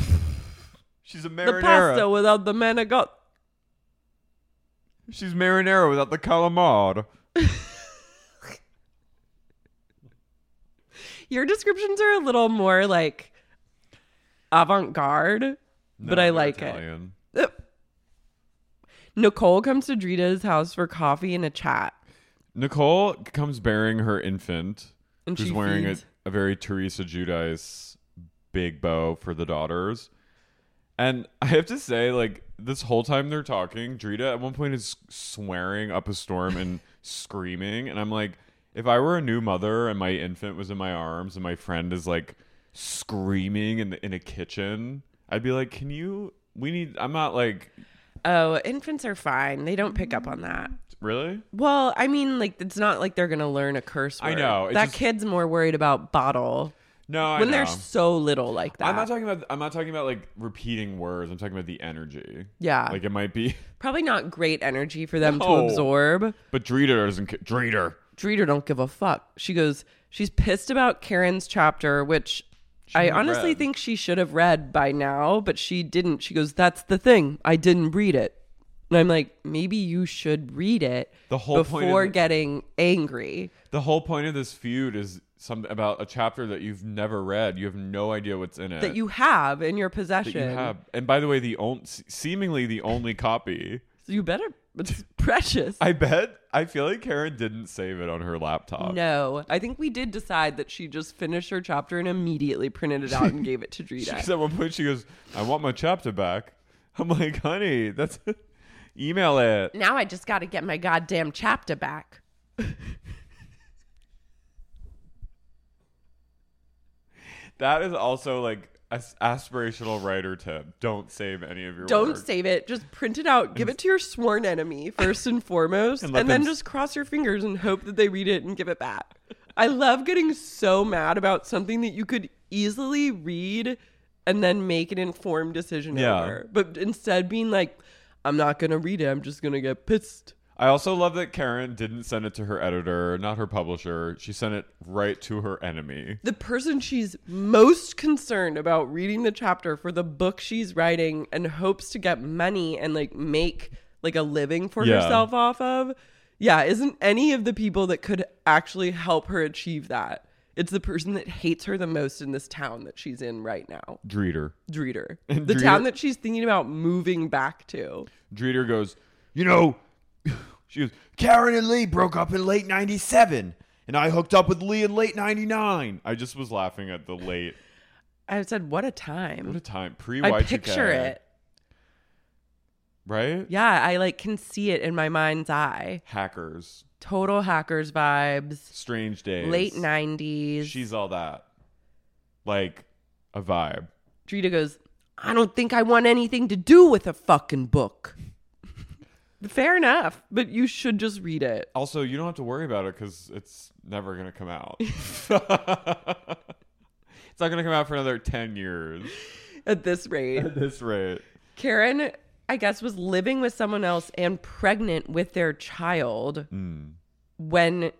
S3: She's a
S4: the pasta
S3: marinara.
S4: without the manigot.
S3: She's marinara without the calamari.
S4: Your descriptions are a little more like avant garde, but I like
S3: Italian.
S4: it. Ugh. Uh, Nicole comes to Drita's house for coffee and a chat.
S3: Nicole comes bearing her infant,
S4: And
S3: who's
S4: she
S3: wearing a,
S4: feeds-
S3: a very Teresa Judice big bow for the daughters. And I have to say, like this whole time they're talking, Drita at one point is swearing up a storm and screaming, and I'm like, if I were a new mother and my infant was in my arms and my friend is like screaming in the, in a kitchen, I'd be like, can you? We need. I'm not like
S4: Oh, infants are fine. They don't pick up on that.
S3: really.
S4: Well, I mean, like it's not like they're gonna learn a curse word.
S3: I know, it's
S4: that
S3: just-
S4: kid's more worried about bottle
S3: No, I
S4: when they're
S3: know.
S4: so little like that.
S3: I'm not talking about. I'm not talking about like repeating words. I'm talking about the energy.
S4: Yeah.
S3: like it might be.
S4: Probably not great energy for them
S3: No.
S4: to absorb.
S3: But Drita doesn't. ca- Drita.
S4: Dreeder don't give a fuck. She goes, she's pissed about Karen's chapter, which I
S3: shouldn't have
S4: honestly
S3: read.
S4: think she should have read by now, but she didn't. She goes, that's the thing. I didn't read it. And I'm like, maybe you should read it
S3: The whole point
S4: before
S3: of-
S4: getting angry.
S3: The whole point of this feud is something about a chapter that you've never read. You have no idea what's in it.
S4: That you have in your
S3: That
S4: possession.
S3: you have. And by the way, the on- seemingly the only copy.
S4: You better. It's precious.
S3: I bet. I feel like Karen didn't save it on her laptop.
S4: no, I think we did decide that she just finished her chapter and immediately printed it out and gave it to Drita.
S3: Because at one point she goes, "I want my chapter back." I'm like, "Honey, that's email it."
S4: now I just got to get my goddamn chapter back.
S3: That is also like an aspirational writer tip. Don't save any of your
S4: Don't
S3: work.
S4: save it. Just print it out. Give it to your sworn enemy first and foremost,
S3: And
S4: and,
S3: let them
S4: then
S3: s-
S4: just cross your fingers and hope that they read it and give it back. I love getting so mad about something that you could easily read and then make an informed decision
S3: Yeah.
S4: over, but instead being like, "I'm not gonna read it. I'm just gonna get pissed."
S3: I also love that Karen didn't send it to her editor, not her publisher. She sent it right to her enemy.
S4: The person she's most concerned about reading the chapter for the book she's writing and hopes to get money and like make like a living for
S3: Yeah.
S4: herself off of. Yeah, isn't any of the people that could actually help her achieve that. It's the person that hates her the most in this town that she's in right now.
S3: Dreeter.
S4: Dreeter.
S3: And
S4: the
S3: Dreeter-
S4: town that she's thinking about moving back to.
S3: Dreeter goes, You know, she goes, Karen and Lee broke up in late 97, and I hooked up with Lee in late 99. I just was laughing at the late.
S4: I said, what a time.
S3: What a time. Pre
S4: I
S3: Y2K.
S4: picture it.
S3: Right?
S4: Yeah, I like can see it in my mind's eye.
S3: Hackers.
S4: Total hackers vibes.
S3: Strange days.
S4: Late 90s.
S3: She's all that. Like a vibe.
S4: Drita goes, I don't think I want anything to do with a fucking book. Fair enough, but you should just read it.
S3: Also, you don't have to worry about it because it's never going to come out. it's not going to come out for another 10 years
S4: At this rate,
S3: at this rate.
S4: Karen I guess, was living with someone else and pregnant with their child
S3: Mm.
S4: when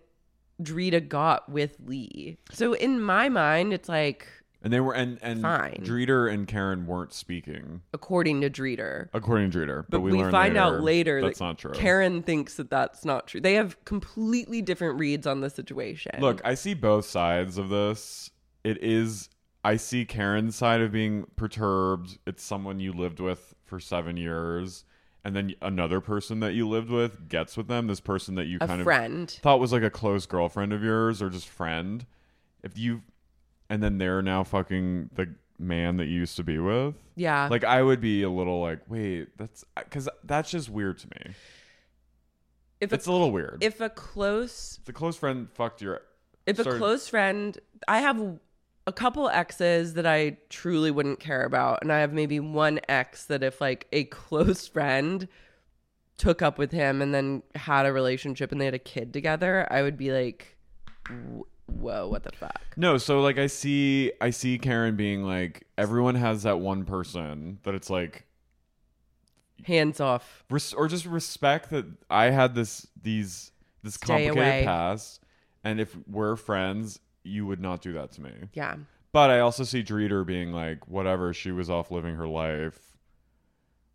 S4: Drita got with Lee. So in my mind, it's like,
S3: And they were and and
S4: Fine.
S3: Dreeter and Karen weren't speaking
S4: according to Dreeter.
S3: according to Dreeter,
S4: But
S3: but,
S4: we,
S3: learned
S4: find
S3: later
S4: out later
S3: that's
S4: that
S3: not true.
S4: Karen thinks that that's not true. They have completely different reads on the situation.
S3: Look, I see both sides of this. It is I see Karen's side of being perturbed. It's someone you lived with for 7 years and then another person that you lived with gets with them, this person that you
S4: A
S3: kind
S4: friend.
S3: of thought was like a close girlfriend of yours or just friend. If you and then they're now fucking the man that you used to be with.
S4: yeah.
S3: Like I would be a little like, "Wait, that's cuz that's just weird to me."
S4: if
S3: it's a little weird.
S4: if a close
S3: the close friend fucked your
S4: if a
S3: started-
S4: close friend i have a couple exes that i truly wouldn't care about and i have maybe one ex that if like a close friend took up with him and then had a relationship and they had a kid together i would be like "Wh- whoa what the fuck
S3: No, so like I see I see Karen being like everyone has that one person that it's like
S4: hands off
S3: res- or just respect that I had this these this
S4: Stay
S3: complicated
S4: away.
S3: past and if we're friends you would not do that to me.
S4: yeah
S3: But I also see Dreeter being like whatever she was off living her life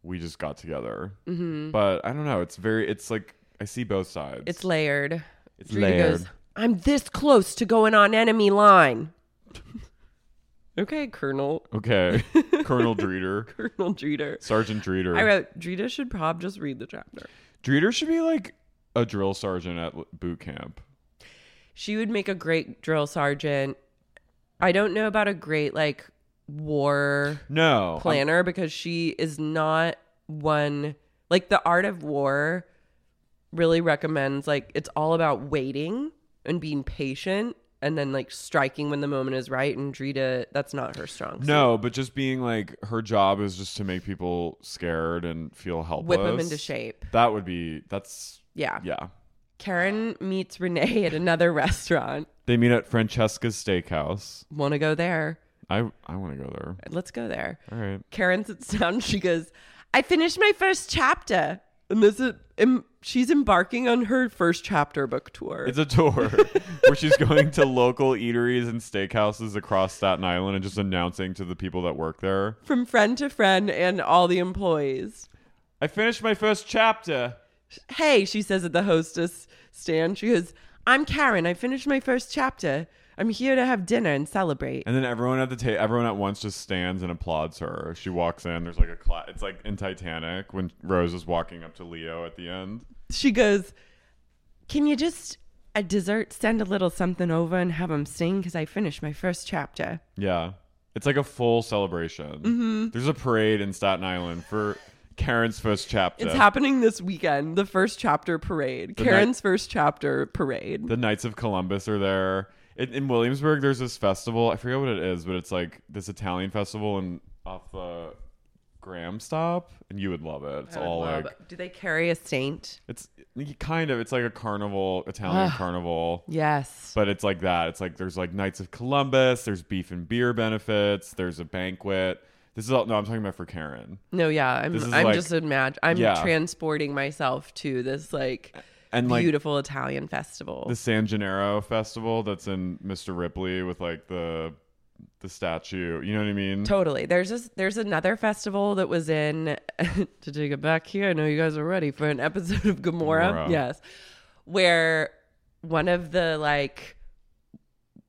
S3: we just got together. Mm-hmm. But I don't know, it's very it's like I see both sides.
S4: it's layered
S3: It's
S4: Drita goes,
S3: layered.
S4: i'm this close to going on enemy line okay colonel
S3: okay. Colonel Dreeter,
S4: colonel dreeter
S3: Sergeant Dreeter.
S4: I wrote, Drita should prob just read the chapter.
S3: Dreeter should be like a drill sergeant at l- boot camp.
S4: She would make a great drill sergeant. I don't know about a great like war
S3: No. Oh, I'm-
S4: planner because she is not one like the art of war really recommends like it's all about waiting and being patient and then like striking when the moment is right and Drita that's not her strong suit.
S3: no, but just being like her job is just to make people scared and feel helpless.
S4: Whip 'em into shape.
S3: That would be that's
S4: Yeah.
S3: yeah.
S4: Karen meets Renee at another restaurant.
S3: They meet at Francesca's Steakhouse.
S4: Want to go there?
S3: I I want to go there.
S4: Let's go there.
S3: All right.
S4: Karen sits down. She goes, "I finished my first chapter," and this is em, she's embarking on her first chapter book tour.
S3: It's a tour where she's going to local eateries and steakhouses across Staten Island and just announcing to the people that work there.
S4: From friend to friend and all the employees.
S3: I finished my first chapter.
S4: Hey, she says at the hostess stand. She goes, "I'm Karen. I finished my first chapter. I'm here to have dinner and celebrate."
S3: And then everyone at the ta- everyone at once just stands and applauds her. She walks in. There's like a cla- it's like in Titanic when Rose is walking up to Leo at the end.
S4: she goes, "Can you just a dessert send a little something over and have them sing because I finished my first chapter."
S3: Yeah, it's like a full celebration. There's a parade in Staten Island for Karen's first chapter.
S4: It's happening this weekend, the first chapter parade.
S3: The
S4: Karen's first chapter parade.
S3: the Knights of Columbus are there. In, in Williamsburg, there's this festival. I forget what it is, but it's like this Italian festival and off the Graham stop, and you would love it. It's all like
S4: Do they carry a saint?
S3: it's kind of it's like a carnival, Italian carnival.
S4: Yes.
S3: But it's like that. It's like there's like Knights of Columbus, there's beef and beer benefits, there's a banquet. This is all no, I'm talking about for Karen.
S4: No, yeah. I'm
S3: This is
S4: I'm
S3: like-
S4: just imagine I'm
S3: Yeah.
S4: transporting myself to this like
S3: And like
S4: beautiful Italian festival.
S3: the San Gennaro festival that's in Mr. Ripley with like the the statue. You know what I mean?
S4: Totally. There's this, there's another festival that was in to take it back here. I know you guys are ready for an episode of Gomorrah.
S3: Gomorrah.
S4: Yes, where one of the like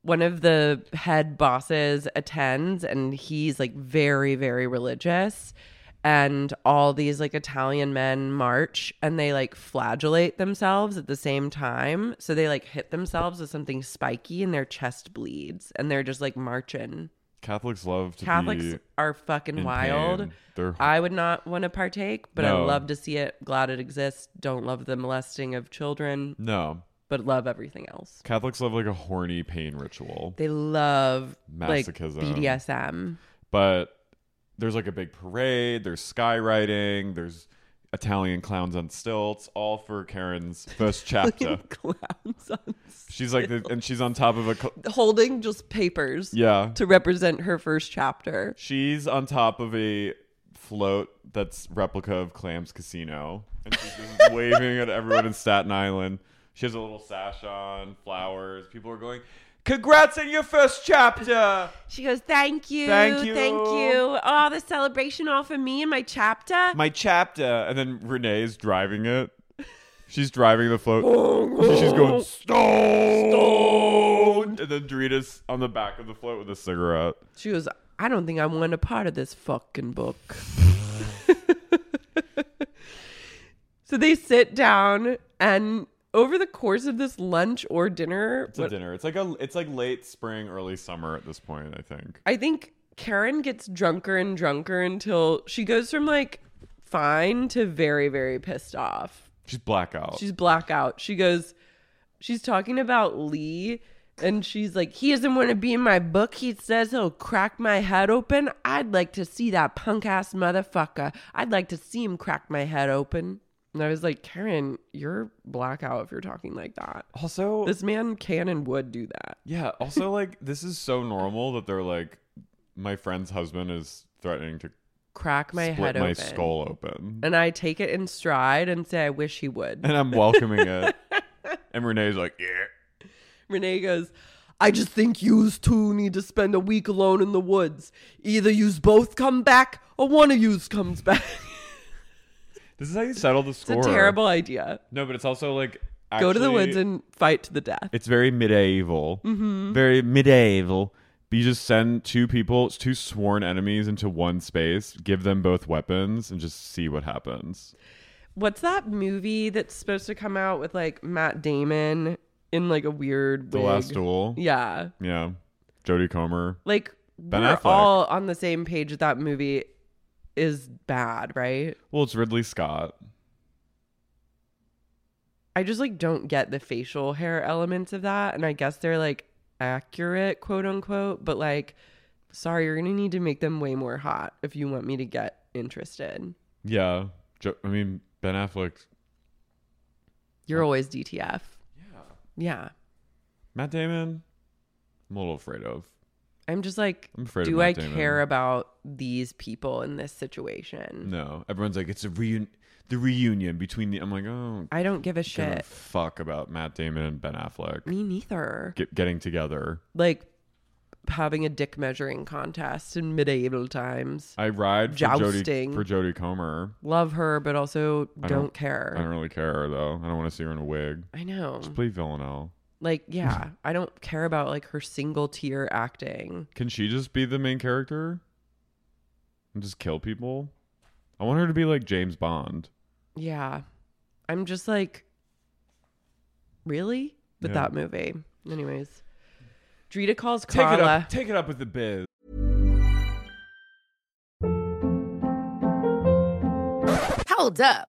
S4: one of the head bosses attends, and he's like very very religious, and all these like Italian men march and they like flagellate themselves at the same time. So they like hit themselves with something spiky, and their chest bleeds, and they're just like marching.
S3: Catholics love to
S4: Catholics
S3: be
S4: are fucking
S3: in
S4: wild.
S3: pain. They're-
S4: I would not want to partake, but I
S3: No.
S4: love to see it. Glad it exists. Don't love the molesting of children,
S3: No.
S4: but love everything else.
S3: Catholics love like a horny pain ritual.
S4: They love
S3: Masochism.
S4: like BDSM.
S3: but there's like a big parade, there's skywriting, there's Italian clowns on stilts, all for Karen's first chapter.
S4: Clowns on
S3: She's like, the, and she's on top of a. cl-
S4: holding just papers
S3: yeah.
S4: to represent her first chapter.
S3: She's on top of a float that's replica of Clams Casino, and she's just waving at everyone in Staten Island. She has a little sash on, flowers. People are going, "Congrats on your first chapter!"
S7: She goes, Thank you.
S3: Thank you.
S7: Thank you. Oh, the celebration all for me and my chapter.
S3: My chapter, and then Renee's driving it. She's driving the float. She's going stoned, and then Dorita's on the back of the float with a cigarette.
S4: She goes, I don't think I want a part of this fucking book. so they sit down, and over the course of this lunch or dinner,
S3: It's a dinner. It's like a. It's like late spring, early summer at this point. I think.
S4: I think Karen gets drunker and drunker until she goes from like fine to very, very pissed off.
S3: She's blackout.
S4: She's blackout. She goes, she's talking about Lee, and she's like, he doesn't want to be in my book. He says he'll crack my head open. I'd like to see that punk ass motherfucker. I'd like to see him crack my head open. And I was like, Karen, you're blackout if you're talking like that.
S3: also
S4: This man can and would do that.
S3: Yeah. Also, like this is so normal that they're like, my friend's husband is threatening to
S4: Crack my
S3: split
S4: head
S3: my
S4: open.
S3: skull open,
S4: And I take it in stride and say, I wish he would.
S3: and I'm welcoming it. and Renee's like, yeah.
S4: Renee goes, I just think yous two need to spend a week alone in the woods. Either yous both come back or one of yous comes back.
S3: This is how you settle the
S4: it's a
S3: score.
S4: terrible idea.
S3: No, but it's also like
S4: Go to the
S3: actually-
S4: woods and Mm-hmm. fight to the death.
S3: It's very medieval. Very medieval. But you just send two people, two sworn enemies into one space, give them both weapons, and just see what happens.
S4: What's that movie that's supposed to come out with like Matt Damon in like a weird
S3: The
S4: wig?
S3: last duel.
S4: Yeah.
S3: Yeah. Jodie Comer.
S4: Like
S3: Ben
S4: we're
S3: Affleck.
S4: all on the same page that that movie is bad, right?
S3: Well, it's Ridley Scott.
S4: I just like don't get the facial hair elements of that. And I guess they're like accurate, quote unquote, but like, sorry, you're gonna need to make them way more hot if you want me to get interested.
S3: Yeah. Jo- I mean, Ben Affleck.
S4: You're always DTF. Yeah. Yeah.
S3: Matt Damon. I'm a little afraid of.
S4: I'm just like,
S3: I'm afraid of
S4: do
S3: Matt
S4: I
S3: Damon.
S4: care about these people in this situation?
S3: No. Everyone's like, it's a reun- the reunion between the. I'm like, oh,
S4: I don't give a
S3: gonna
S4: shit.
S3: fuck about Matt Damon and Ben Affleck
S4: Me neither.
S3: get- getting together.
S4: Like having a dick measuring contest in medieval times.
S3: I ride for
S4: Jousting.
S3: Jodie for Jodie Comer.
S4: Love her, but also
S3: I
S4: don't, care.
S3: I don't really care though. I don't want to see her in a wig.
S4: I know.
S3: Just play Villanelle.
S4: Like, yeah, I don't care about like her single tier acting.
S3: Can she just be the main character and just kill people? I want her to be like James Bond.
S4: Yeah. I'm just like, really? With
S3: Yeah.
S4: that movie. Anyways, Drita calls
S3: Take it
S4: Carla.
S3: up. Take it up with the biz.
S8: Hold up.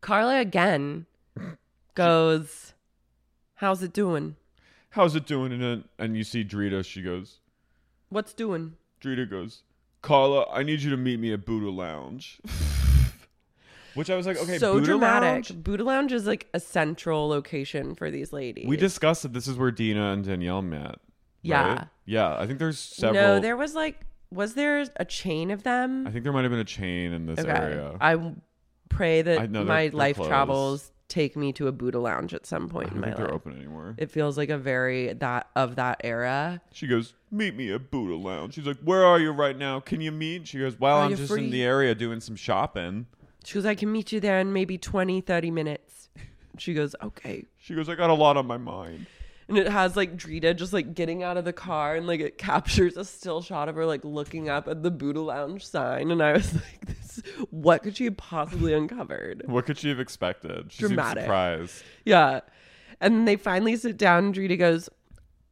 S4: Carla again goes, How's it doing?
S3: How's it doing? And then, and you see Drita. She goes.
S4: What's doing?
S3: Drita goes. Carla, I need you to meet me at Buddha Lounge. Which I was like, okay,
S4: so
S3: Buddha
S4: dramatic.
S3: Lounge?
S4: Buddha Lounge is like a central location for these ladies.
S3: We discussed that this is where Dina and Danielle met. right?
S4: Yeah.
S3: Yeah. I think there's several.
S4: No, there was like, was there a chain of them?
S3: I think there might have been a chain in this area.
S4: I pray that
S3: I know they're-
S4: my
S3: they're
S4: life
S3: closed.
S4: travels take me to a Buddha lounge at some
S3: I
S4: point
S3: don't
S4: in my
S3: think they're
S4: life.
S3: open anymore.
S4: It feels like a very that of that era.
S3: she goes, "Meet me at Buddha Lounge." She's like, "Where are you right now? Can you meet?" She goes, "Well,
S4: Are
S3: I'm
S4: you
S3: just
S4: Oh, free?"
S3: in the area doing some shopping."
S4: She goes, I can meet you there in maybe 20, 30 minutes. She goes, okay.
S3: She goes, "I got a lot on my mind."
S4: And it has like Drita just like getting out of the car and like it captures a still shot of her like looking up at the Buddha Lounge sign. And I was like, this, what could she have possibly uncovered?
S3: What could she have expected? She
S4: Dramatic.
S3: seems surprised.
S4: Yeah. And they finally sit down and Drita goes,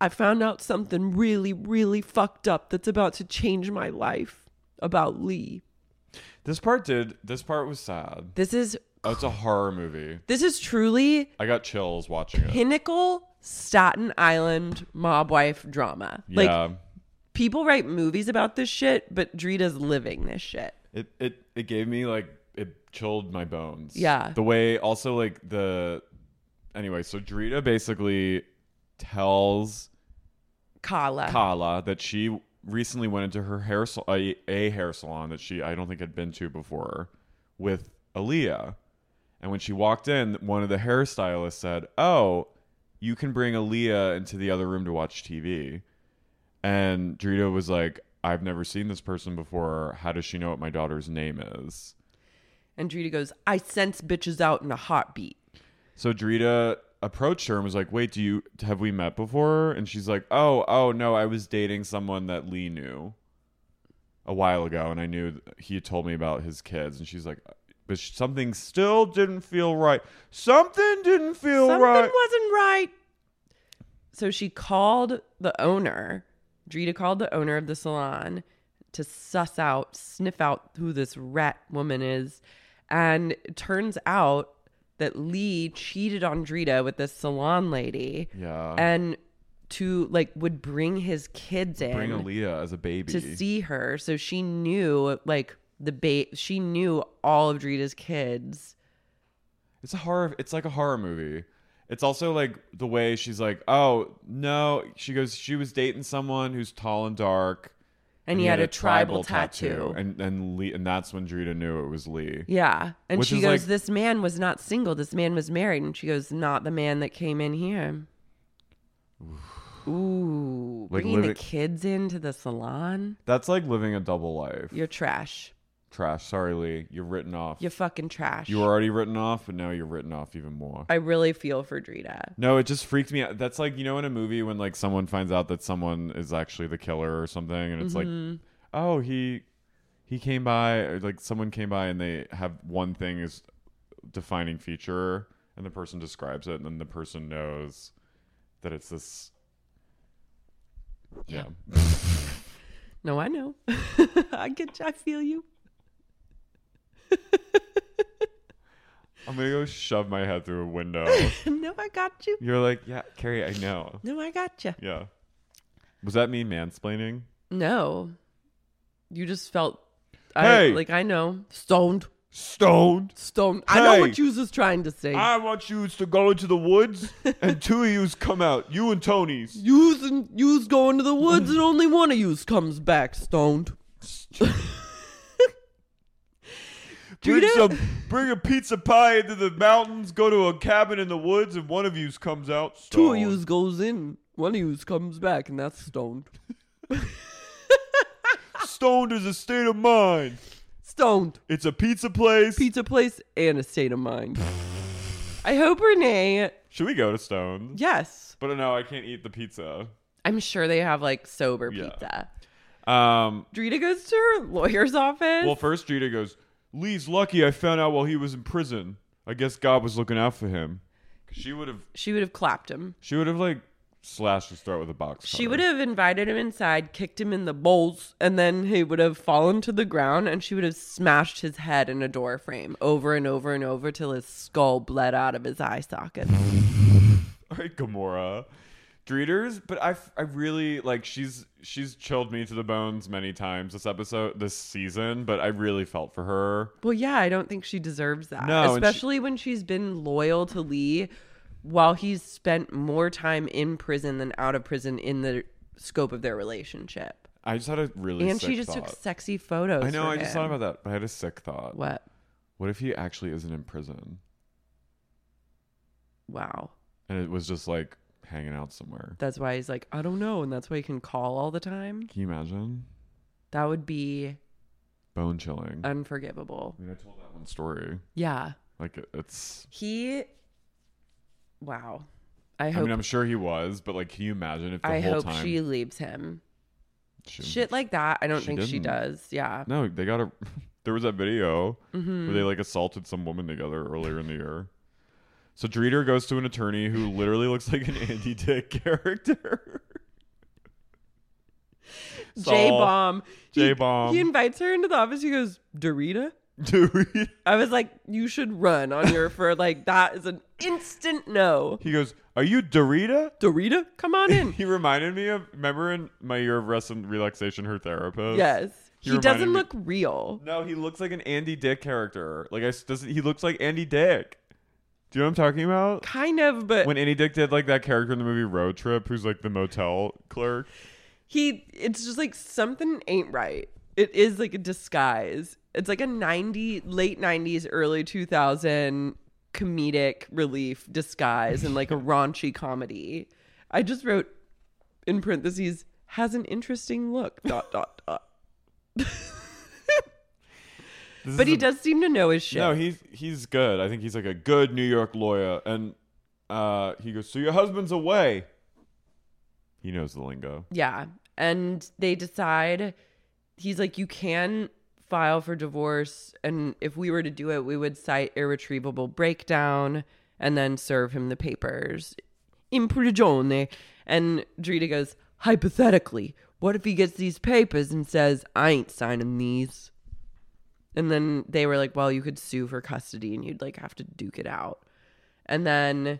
S7: I found out something really, really fucked up that's about to change my life about Lee.
S3: This part did. This part was sad.
S4: This is.
S3: Oh, it's a horror movie.
S4: This is truly
S3: I got chills watching it.
S4: pinnacle Staten Island mob wife drama.
S3: yeah.
S4: Like people write movies about this shit, but Drita's living this shit.
S3: it it it gave me like it chilled my bones.
S4: Yeah.
S3: The way also like the anyway, so Drita basically tells
S4: Kala.
S3: Kala that she recently went into her hair sal- a, a hair salon that she I don't think had been to before with Aaliyah. And when she walked in, one of the hairstylists said, "Oh, you can bring Aaliyah into the other room to watch TV." And Drita was like, "I've never seen this person before. How does she know what my daughter's name is?"
S4: And Drita goes, I sense bitches out in a heartbeat.
S3: So Drita approached her and was like, "Wait, do you have we met before?" And she's like, "Oh, oh no, I was dating someone that Lee knew a while ago, and I knew th- he had told me about his kids." And she's like, "But sh- something still didn't feel right. Something didn't feel
S4: Something
S3: right."
S4: wasn't right. So she called the owner. Drita called the owner of the salon to suss out, sniff out who this rat woman is. And it turns out that Lee cheated on Drita with this salon lady.
S3: Yeah.
S4: And to like would bring his kids in
S3: Bring Aaliyah as a baby.
S4: to see her. So she knew like the bait she knew all of Drita's kids.
S3: It's a horror. It's like a horror movie. It's also like the way she's like, "Oh no," she goes. She was dating someone who's tall and dark,
S4: And he had a tribal tattoo.
S3: and and Lee, and that's when Drita knew it was Lee.
S4: Yeah. And
S3: Which
S4: she
S3: is
S4: goes,
S3: like-
S4: This man was not single. This man was married. And she goes, Not the man that came in here. Ooh.
S3: Like
S4: bringing the
S3: living-
S4: kids into the salon?
S3: That's like living a double life.
S4: You're trash.
S3: trash. Sorry, Lee. You're written off.
S4: You're fucking trash.
S3: you were already written off, but now you're written off even more.
S4: I really feel for Drita.
S3: No, it just freaked me out. That's like you know in a movie when like someone finds out that someone is actually the killer or something, and it's
S4: Mhm.
S3: like, oh he he came by, or like someone came by, and they have one thing is defining feature, and the person describes it, and then the person knows that it's this. Yeah.
S4: No, I know. I get you. I feel you.
S3: I'm gonna go shove my head through a window.
S7: no, I got you.
S3: You're like, yeah, Carrie, I know.
S7: No, I got you.
S3: Yeah. Was that me mansplaining?
S4: No. You just felt. I,
S3: Hey!
S4: like, I know. Stoned.
S3: Stoned.
S4: Stoned. I know
S3: Hey!
S4: what you was trying to say.
S3: I want you to go into the woods and two of yous come out. You and Tony's.
S4: Yous and yous go into the woods and only one of yous comes back stoned.
S3: Bring,
S4: Judah?
S3: some, bring a pizza pie into the mountains, go to a cabin in the woods, and one of yous comes out.
S4: Two of
S3: stoned.
S4: yous goes in, one of yous comes back, and that's stoned.
S3: Stoned is a state of mind.
S4: Stoned.
S3: It's a pizza place.
S4: Pizza place and a state of mind. I hope Renee.
S3: Should we go to Stoned?
S4: Yes.
S3: But uh, no, I can't eat the pizza.
S4: I'm sure they have like sober
S3: Yeah.
S4: pizza.
S3: Um,
S4: Drita goes to her lawyer's office.
S3: well, first, Judah goes, Lee's lucky I found out while he was in prison. I guess God was looking out for him. 'Cause She would have
S4: she would have clapped him.
S3: She would have like slashed his throat with a box.
S4: She
S3: cutter.
S4: would have invited him inside, kicked him in the balls, and then he would have fallen to the ground and she would have smashed his head in a door frame over and over and over till his skull bled out of his eye socket.
S3: All right, Gamora. Dreeters, but I, I really like she's she's chilled me to the bones many times this episode this season, but I really felt for her.
S4: well, yeah, I don't think she deserves that.
S3: No, and she-
S4: Especially when she's been loyal to Lee while he's spent more time in prison than out of prison in the scope of their relationship.
S3: I just had a really
S4: and
S3: sick
S4: she just
S3: thought.
S4: took sexy photos.
S3: I know,
S4: for
S3: I just thought
S4: him.
S3: about that, but I had a sick thought.
S4: What?
S3: What if he actually isn't in prison
S4: Wow.
S3: and it was just like hanging out somewhere?
S4: That's why he's like, I don't know. And that's why he can call all the time.
S3: Can you imagine?
S4: That would be
S3: Bone chilling. I
S4: unforgivable.
S3: mean, I told that one story.
S4: Yeah.
S3: Like it, it's.
S4: He wow. I
S3: I,
S4: hope I,
S3: mean, I'm sure he was, but like, can you imagine if the whole
S4: hope
S3: time
S4: she leaves him.
S3: she-
S4: Shit like that. I don't
S3: She
S4: think she
S3: didn't.
S4: does. Yeah.
S3: No, they got a. There was that video
S4: Mm-hmm.
S3: where they like assaulted some woman together earlier in the year. So Dreeter goes to an attorney who literally looks like an Andy Dick character.
S4: J bomb.
S3: J bomb.
S4: He invites her into the office. He goes, Dorita?
S3: Dorita.
S4: I was like, you should run on your for like that is an instant no.
S3: He goes, Are you Dorita?
S4: Dorita, come on in.
S3: he reminded me of remember in my year of rest and relaxation, her therapist.
S4: Yes. He,
S3: reminded
S4: doesn't
S3: me-
S4: look real.
S3: No, he looks like an Andy Dick character. Like I s- doesn't he looks like Andy Dick? Do you know what I'm talking about?
S4: Kind of, but
S3: When Andy Dick did like that character in the movie Road Trip, who's like the motel clerk.
S4: he it's just like something ain't right. It is like a disguise. It's like a 90 late 90s early 2000 comedic relief disguise and like a raunchy comedy. I just wrote in parentheses has an interesting look dot dot dot.
S3: This
S4: But
S3: is
S4: he
S3: a-
S4: does seem to know his shit.
S3: No, he's he's good. I think he's like a good New York lawyer. And uh, he goes, "So your husband's away." He knows the lingo.
S4: Yeah. And they decide he's like, you can file for divorce. And if we were to do it, we would cite irretrievable breakdown and then serve him the papers in prigione. And Drita goes, hypothetically, what if he gets these papers and says, I ain't signing these? And then they were like, well, you could sue for custody and you'd like have to duke it out. And then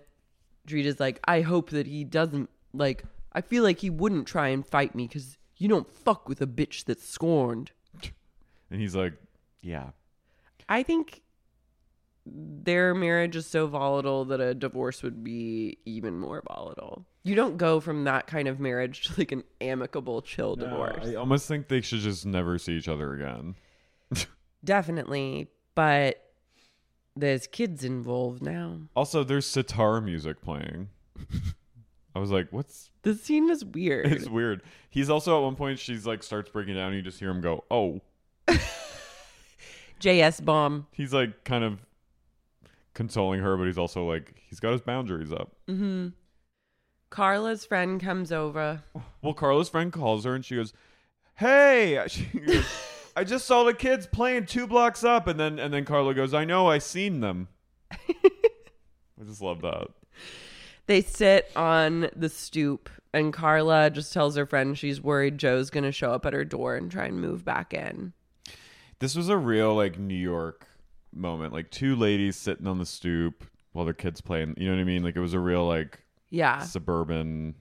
S4: Drita's like, I hope that he doesn't like. I feel like he wouldn't try and fight me because you don't fuck with a bitch that's scorned.
S3: And he's like, "Yeah."
S4: I think their marriage is so volatile that a divorce would be even more volatile. You don't go from that kind of marriage to like an amicable, chill divorce.
S3: I almost think they should just never see each other again.
S4: Definitely. But there's kids involved now.
S3: Also, there's sitar music playing. I was like, "What's?"
S4: The scene was weird.
S3: It's weird. He's also at one point she's like starts breaking down. And you just hear him go, "Oh."
S4: JS bomb.
S3: He's like kind of consoling her, but he's also like he's got his boundaries up.
S4: Mm-hmm. Carla's friend comes over.
S3: Well, Carla's friend calls her and she goes, "Hey, she goes, I just saw the kids playing two blocks up." And then and then Carla goes, "I know, I seen them." I just love that.
S4: They sit on the stoop, and Carla just tells her friend she's worried Joe's going to show up at her door and try and move back in.
S3: This was a real like New York moment, like two ladies sitting on the stoop while their kids playing. You know what I mean? Like it was a real like
S4: Yeah.
S3: suburban.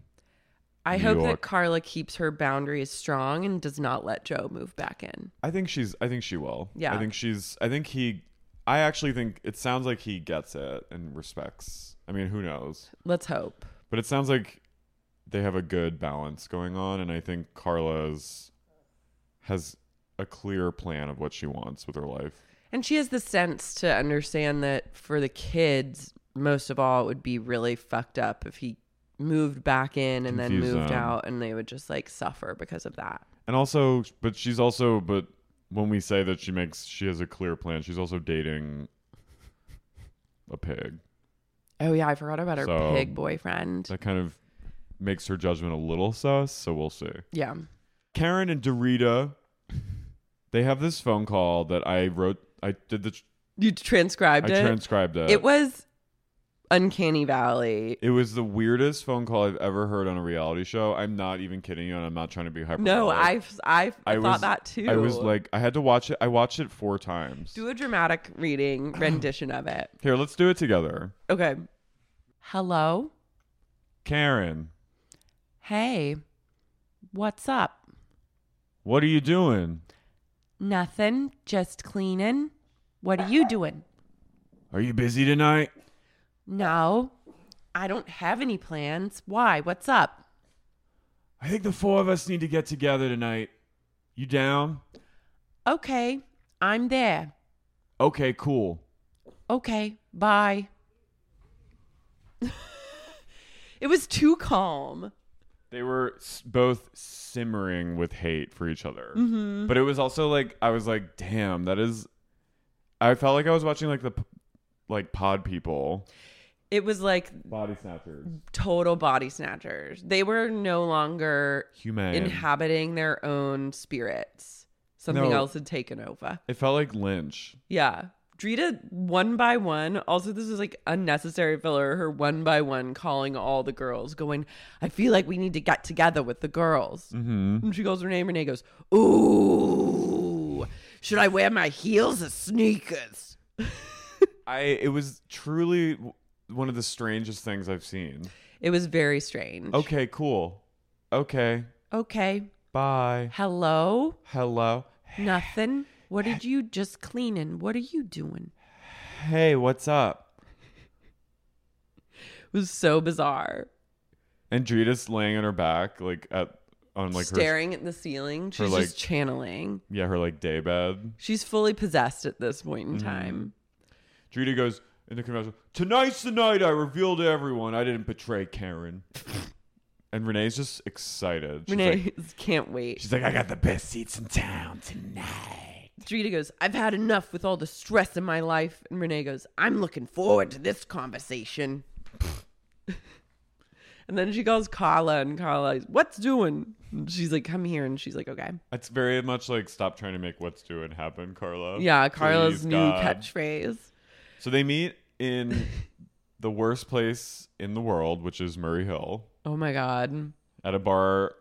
S4: I
S3: New
S4: hope that
S3: York.
S4: Carla keeps her boundaries strong and does not let Joe move back in.
S3: I think she's. I think she will.
S4: Yeah.
S3: I think she's. I think he. I actually think it sounds like he gets it and respects. I mean, who knows?
S4: Let's hope.
S3: But it sounds like they have a good balance going on, and I think Carla's has a clear plan of what she wants with her life.
S4: And she has the sense to understand that for the kids, most of all, it would be really fucked up if he moved back in and then
S3: Confuse
S4: moved
S3: them.
S4: out and they would just like suffer because of that.
S3: And also, but she's also, but when we say that she makes, she has a clear plan. She's also dating a pig.
S4: Oh, yeah. I forgot about her
S3: So-
S4: pig boyfriend.
S3: That kind of makes her judgment a little sus. So we'll see.
S4: yeah.
S3: Karen and Dorita, they have this phone call that I wrote. I did the.
S4: You transcribed
S3: I
S4: it?
S3: transcribed it.
S4: It was Uncanny Valley.
S3: It was the weirdest phone call I've ever heard on a reality show. I'm not even kidding you, and I'm not trying to be hyper.
S4: No, I've I've I thought
S3: was,
S4: that too.
S3: I was like, I had to watch it. I watched it four times.
S4: do a dramatic reading rendition of it.
S3: Here, let's do it together.
S4: Okay. Hello.
S3: Karen,
S4: Hey. What's up?
S3: what are you doing?
S4: Nothing. Just cleaning. What are you doing?
S3: Are you busy tonight?
S4: No. I don't have any plans. Why? What's up?
S3: I think the four of us need to get together tonight. You down?
S4: Okay. I'm there.
S3: Okay, cool.
S4: Okay. Bye. it was too calm.
S3: They were s- both simmering with hate for each other. But it was also like I was like, damn, that is. I felt like I was watching like the p- like pod people
S4: It was like
S3: body snatchers.
S4: total body snatchers. They were no longer
S3: Humane.
S4: inhabiting their own spirits. Something
S3: No.
S4: else had taken over.
S3: It felt like lynch.
S4: Yeah. Drita one by one. Also, this is like unnecessary filler. Her one by one calling all the girls, going, "I feel like we need to get together with the girls."
S3: Mhm.
S4: And she calls her name. Renee goes, "Ooh, should I wear my heels or sneakers?"
S3: I it was truly w- one of the strangest things I've seen.
S4: It was very strange.
S3: Okay, cool. Okay,
S4: Okay.
S3: bye.
S4: Hello.
S3: Hello.
S4: Nothing. What did you just cleaning? What are you doing?
S3: Hey, what's up?
S4: It was so bizarre.
S3: And Drita's laying on her back, like at on like
S4: Staring at the ceiling. She's
S3: like-
S4: just channeling.
S3: her, yeah, her like day bed.
S4: She's fully possessed at this point
S3: Mm-hmm.
S4: in time.
S3: Drita goes in the confessional. Tonight's the night I reveal to everyone I didn't betray Karen. and Renee's just excited. She's
S4: Renee
S3: like,
S4: can't wait.
S3: she's like, I got the best seats in town tonight.
S4: Drita goes, I've had enough with all the stress in my life. And Renee goes, I'm looking forward to this conversation. and then she calls Carla, and Carla's, What's doing? And she's like, Come here. And she's like, Okay.
S3: It's very much like stop trying to make what's doing happen, Carla.
S4: Yeah, Carla's
S3: Please,
S4: new
S3: God.
S4: catchphrase.
S3: So they meet in the worst place in the world, which is Murray Hill,
S4: Oh my God.
S3: at a bar,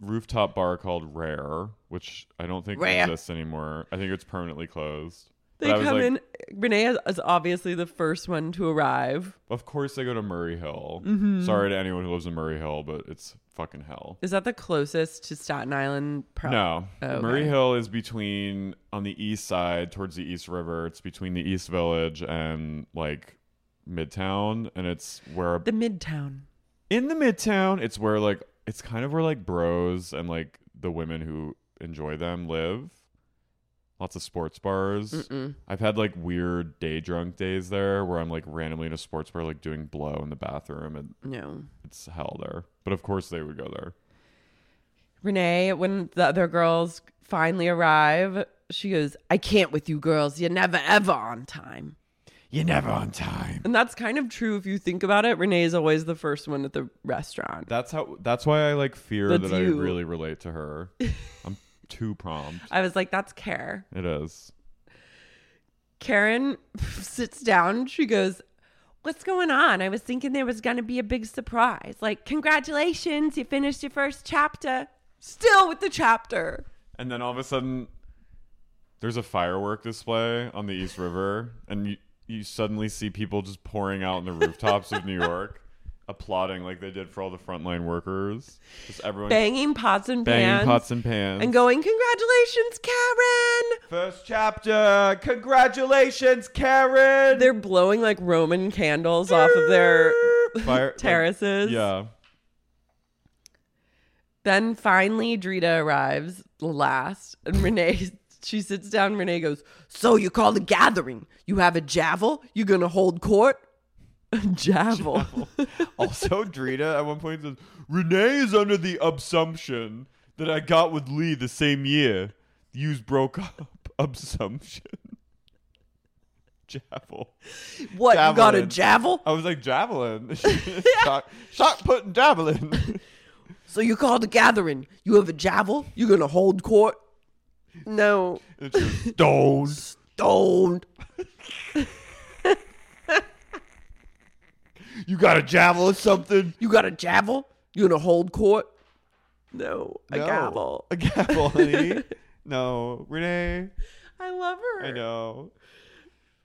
S3: rooftop bar called Rare, which I don't think
S4: Rare.
S3: exists anymore. I think it's permanently closed.
S4: They
S3: But I
S4: come
S3: was like,
S4: in. Renee is- is obviously the first one to arrive.
S3: Of course, they go to Murray Hill.
S4: Mhm.
S3: Sorry to anyone who lives in Murray Hill, but it's fucking hell.
S4: Is that the closest to Staten Island? Pro-
S3: no,
S4: Oh, okay.
S3: Murray Hill is between on the east side towards the East River. It's between the East Village and like Midtown, and it's where
S4: The Midtown.
S3: in the Midtown, it's where like it's kind of where like bros and like the women who enjoy them live. Lots of sports bars.
S4: Mm-mm.
S3: I've had like weird day drunk days there where I'm like randomly in a sports bar like doing blow in the bathroom and
S4: No.
S3: it's hell there. But of course they would go there.
S4: Renee, when the other girls finally arrive, she goes, I can't with you girls. You're never, ever on time.
S3: You're never on time.
S4: And that's kind of true if you think about it. Renee is always the first one at the restaurant.
S3: That's how that's why I like fear
S4: That's
S3: that
S4: you.
S3: I really relate to her. I'm too prompt.
S4: I was like, that's care.
S3: It is.
S4: Karen sits down. She goes, What's going on? I was thinking there was going to be a big surprise. Like, congratulations, you finished your first chapter. Still with the chapter.
S3: And then all of a sudden, there's a firework display on the East River, and you, you suddenly see people just pouring out on the rooftops of New York, applauding like they did for all the frontline workers. Just everyone
S4: Banging pots and
S3: banging
S4: pans.
S3: pots and pans.
S4: And going, Congratulations, Karen.
S3: First chapter! Congratulations, Karen!
S4: They're blowing like Roman candles off of their
S3: Fire-
S4: terraces.
S3: yeah.
S4: Then finally, Drita arrives last, and Renee she sits down. Renee goes, "So you call the gathering? You have a javel? You gonna hold court?" javel.
S3: Also, Drita at one point says, Renee is under the assumption that I got with Lee the same year. Yous broke up. Assumption. Javel.
S4: What you got a
S3: Javelin.
S4: javel?
S3: I was like, javelin. shot, shot put and javelin.
S4: So you call the gathering? You have a javel? You gonna hold court? No,
S3: It's just stones.
S4: don't.
S3: You got a javel or something?
S4: You got a javel? You gonna hold court? No, a
S3: No.
S4: gavel.
S3: A gavel, honey. no, Renee.
S4: I love her.
S3: I know.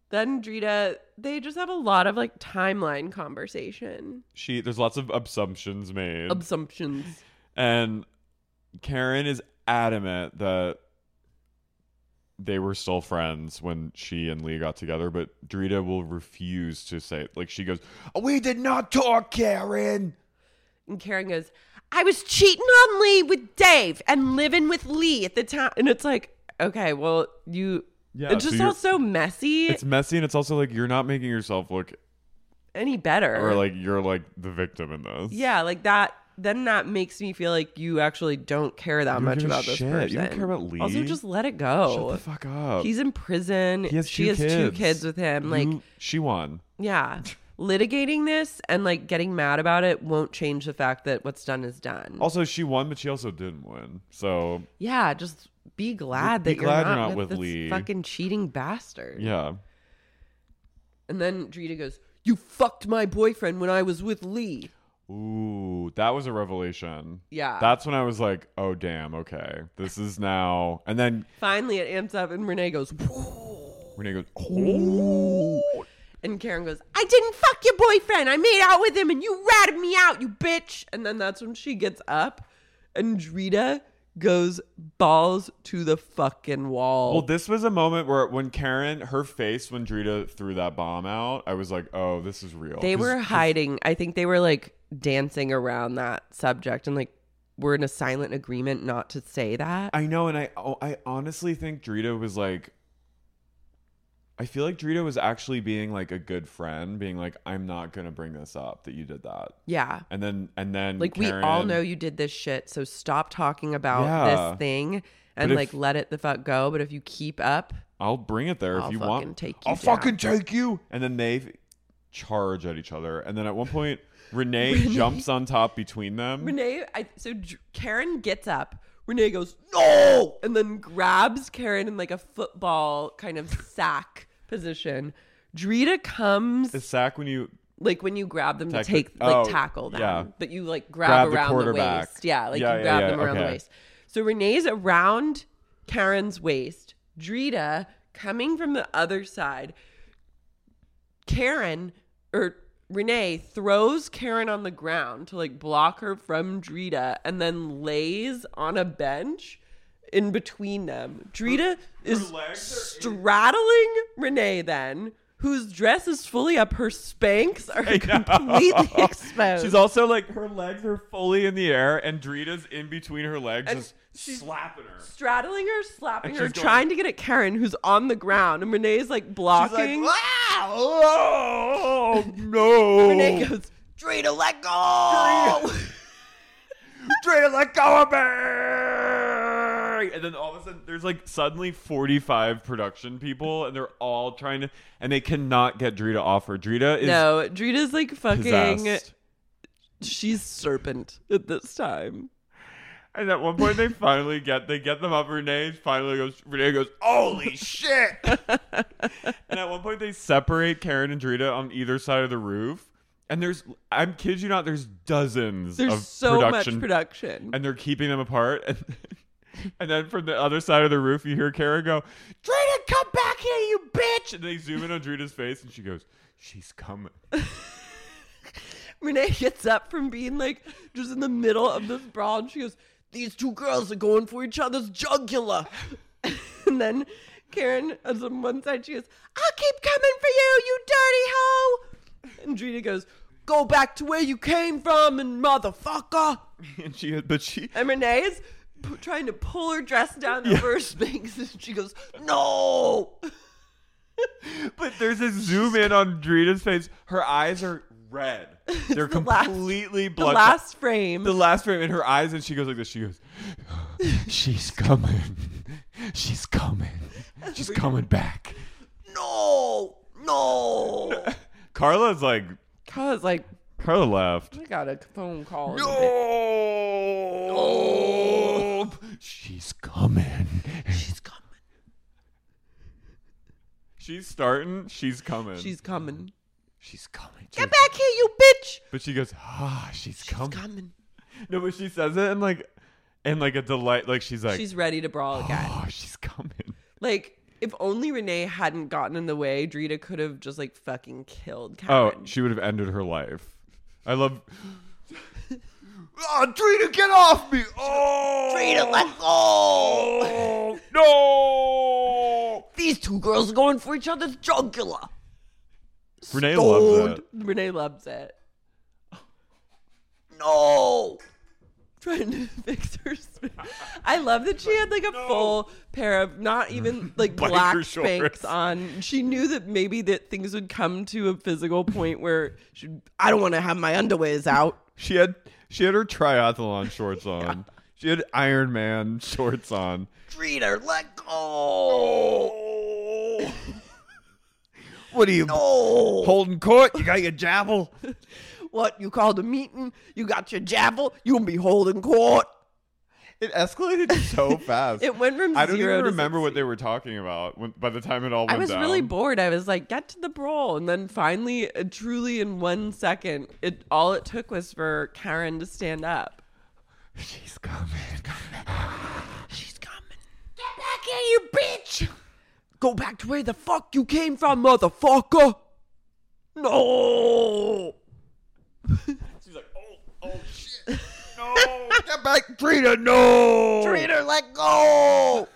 S4: Then Drita, they just have a lot of like timeline conversation.
S3: She. There's lots of assumptions made.
S4: Assumptions.
S3: And Karen is adamant that they were still friends when she and Lee got together, but Drita will refuse to say it. Like she goes, We did not talk, Karen.
S4: And Karen goes, I was cheating on Lee with Dave and living with Lee at the time. And it's like, okay, well, you.
S3: Yeah,
S4: it's
S3: so
S4: just
S3: you're-
S4: all so messy
S3: It's messy and it's also like you're not making yourself look
S4: any better.
S3: or like you're like the victim in this.
S4: Er. yeah, like that. Then that makes me feel like you actually don't care that
S3: don't
S4: much
S3: give a
S4: about this
S3: shit.
S4: person.
S3: You don't care about
S4: Also,
S3: Lee.
S4: just let it go.
S3: Shut the fuck up.
S4: He's in prison.
S3: He has
S4: she
S3: two
S4: has two kids with him. like
S3: You- she won.
S4: Yeah. Litigating this and like getting mad about it won't change the fact that what's done is done.
S3: Also, she won, but she also didn't win. So
S4: yeah, just be glad
S3: Be
S4: that
S3: glad
S4: you're, not with,
S3: with
S4: this
S3: Lee.
S4: fucking cheating bastard.
S3: yeah.
S4: And then Drita goes, You fucked my boyfriend when I was with Lee.
S3: Ooh, that was a revelation.
S4: Yeah.
S3: That's when I was like, oh, damn, okay. This is now. And then
S4: Finally, it amps up, and Renee goes,
S3: Renee goes, oh.
S4: And Karen goes, I didn't fuck your boyfriend. I made out with him and you ratted me out, you bitch. And then that's when she gets up and Drita goes balls to the fucking wall.
S3: Well, this was a moment where when Karen, her face when Drita threw that bomb out, I was like, oh, this is real.
S4: they
S3: 'Cause-
S4: were hiding. I think they were like dancing around that subject and like we're in a silent agreement not to say that.
S3: I know, and I oh, I honestly think Drita was like I feel like Drita was actually being like a good friend, being like, I'm not gonna bring this up that you did that.
S4: Yeah.
S3: And then and then
S4: Like we all
S3: Karen-
S4: know you did this shit, so stop talking about
S3: Yeah.
S4: this thing and
S3: But if-
S4: like let it the fuck go. But if you keep up,
S3: I'll bring it there
S4: I'll
S3: if you
S4: fucking
S3: want.
S4: take you
S3: I'll
S4: down.
S3: fucking take you. And then they f- charge at each other. And then at one point, Renee, jumps on top between them.
S4: Renee, I, so J- Karen gets up. Renee goes, no! And then grabs Karen in like a football kind of sack position. Drita comes
S3: Is sack when you
S4: like when you grab them
S3: Tack-
S4: to take, like
S3: oh,
S4: tackle them,
S3: yeah.
S4: but you like
S3: Grab
S4: grab,
S3: the
S4: around the,
S3: quarterback.
S4: waist. Yeah, like
S3: Yeah,
S4: you
S3: yeah,
S4: grab
S3: yeah,
S4: them around the
S3: okay.
S4: waist. So Renee's around Karen's waist. Drita coming from the other side. Karen or Renee throws Karen on the ground to like block her from Drita and then lays on a bench in between them. Drita is straddling Renee then, whose dress is fully up, her spanks are completely exposed.
S3: She's also like her legs are fully in the air, and Drita's in between her legs,
S4: And
S3: just slapping her.
S4: straddling her, slapping
S3: And
S4: her,
S3: she's going-
S4: trying to get at Karen, who's on the ground, and Renee's like blocking.
S3: oh no!
S4: Renee goes, Drita, let go!
S3: Drita, let go of me! And then all of a sudden, there's like suddenly 45 production people, and they're all trying to, and they cannot get Drita off her. Drita is
S4: no, Drita's like fucking.
S3: possessed.
S4: She's serpent at this time.
S3: And at one point, they finally get they get them up. Renee finally goes. Renee goes, "Holy shit!" and at one point, they separate Karen and Drita on either side of the roof. And there's, I'm kid you not, there's dozens
S4: There's
S3: of
S4: so
S3: production,
S4: much production.
S3: and they're keeping them apart. And, and then from the other side of the roof, you hear Karen go, "Drita, come back here, you bitch!" And they zoom in on Drita's face, and she goes, "She's coming."
S4: Renee gets up from being like just in the middle of this brawl and she goes, These two girls are going for each other's jugular. and then Karen is on one side, she goes, I'll keep coming for you, you dirty hoe. And Drita goes, Go back to where you came from and motherfucker.
S3: And she, but she,
S4: And Renee is p- trying to pull her dress down over her spanks and she goes, No.
S3: But there's a zoom in on Drita's face. Her eyes are red. They're
S4: the last-
S3: completely
S4: The
S3: bloodshot.
S4: last frame.
S3: The last frame in her eyes, and she goes like this. She goes, "She's coming. She's coming. She's coming back."
S4: no. No.
S3: Carla's like,
S4: Cause like
S3: Carla left.
S4: I got a phone call.
S3: No. She's coming.
S4: She's coming.
S3: She's starting. She's coming.
S4: She's coming.
S3: she's coming.
S4: Get back here, you bitch.
S3: But she goes, ah, she's,
S4: She's
S3: coming.
S4: coming.
S3: No, but she says it and like, and like a delight. Like she's like,
S4: She's ready to brawl again.
S3: Oh, she's coming.
S4: Like, if only Renee hadn't gotten in the way, Drita could have just like fucking killed
S3: Oh,
S4: Karen.
S3: she would have ended her life. I love. oh, Trina, get off me! Oh, Trina, let go! Oh, no!
S4: These two girls are going for each other's jugular.
S3: Renee loves
S4: Stoned.
S3: it.
S4: Renee loves it. No. Trying to fix her. sp- I love that she had like a full pair of not even like
S3: Biker
S4: black
S3: shorts.
S4: spanks on. She knew that maybe that things would come to a physical point where she, I don't want to have my underwears out.
S3: She had she had her triathlon shorts on. She had Iron Man shorts on.
S4: Treat her, let Oh. go.
S3: What are you holding court? You got your javel.
S4: What you called a meeting? You got your javel. You'll be holding court.
S9: It escalated so fast.
S4: It went from
S3: I don't
S4: zero
S3: even
S4: to
S3: remember what they were talking about when, by the time it all went
S4: I was
S3: down.
S4: really bored. I was like, get to the brawl. And then finally, uh, truly in one second, it all it took was for Karen to stand up.
S9: She's coming.
S4: She's coming. Get back here, you bitch! Go back to where the fuck you came from, motherfucker! No!
S9: No, get back, Trina. No,
S4: Trina, let go!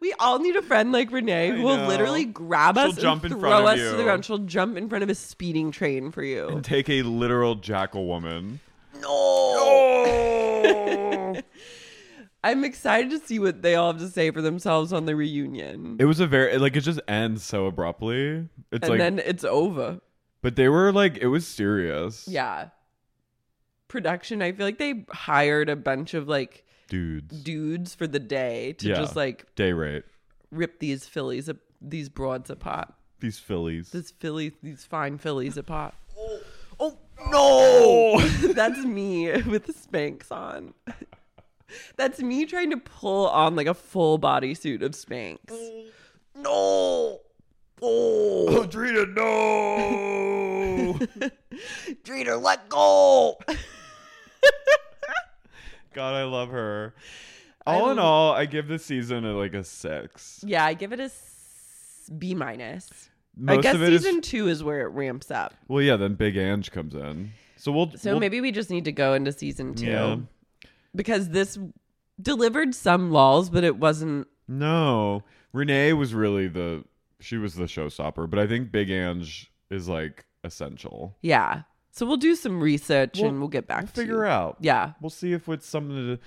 S4: we all need a friend like Renee who will
S3: know.
S4: literally grab us
S3: She'll jump in
S4: and
S3: front
S4: throw
S3: of
S4: us to
S3: you.
S4: the ground. She'll jump in front of a speeding train for you.
S3: And take a literal jackal woman.
S4: I'm excited to see what they all have to say for themselves on the reunion.
S3: It was a very like it just ends so abruptly. It's
S4: and
S3: like,
S4: then it's over.
S3: but they were like, it was serious.
S4: Yeah. Production, I feel like they hired a bunch of like
S3: dudes.
S4: dudes for the day to
S3: Yeah.
S4: just like
S3: day rate.
S4: rip these Phillies, ap- these broads apart.
S3: These Phillies.
S4: This Philly, these fine Phillies apart.
S9: Oh no!
S4: That's me with the Spanx on. That's me trying to pull on like a full bodysuit of Spanx.
S9: No! Oh, Trina, no! Trina, let go!
S3: God, I love her. All in all, I give this season a, like a six.
S4: Yeah, I give it a s- B minus. I
S3: Most
S4: guess
S3: of it is-
S4: season two is where it ramps up.
S3: Well, yeah, then Big Ange comes in. So we'll
S4: So
S3: we'll-
S4: maybe we just need to go into season two
S3: Yeah.
S4: because this delivered some lols, but it wasn't.
S3: no. Renee was really the she was the showstopper, but I think Big Ange is like essential.
S4: Yeah. So we'll do some research and we'll get back
S3: We'll
S4: to
S3: figure
S4: you.
S3: out.
S4: Yeah.
S3: We'll see if it's something to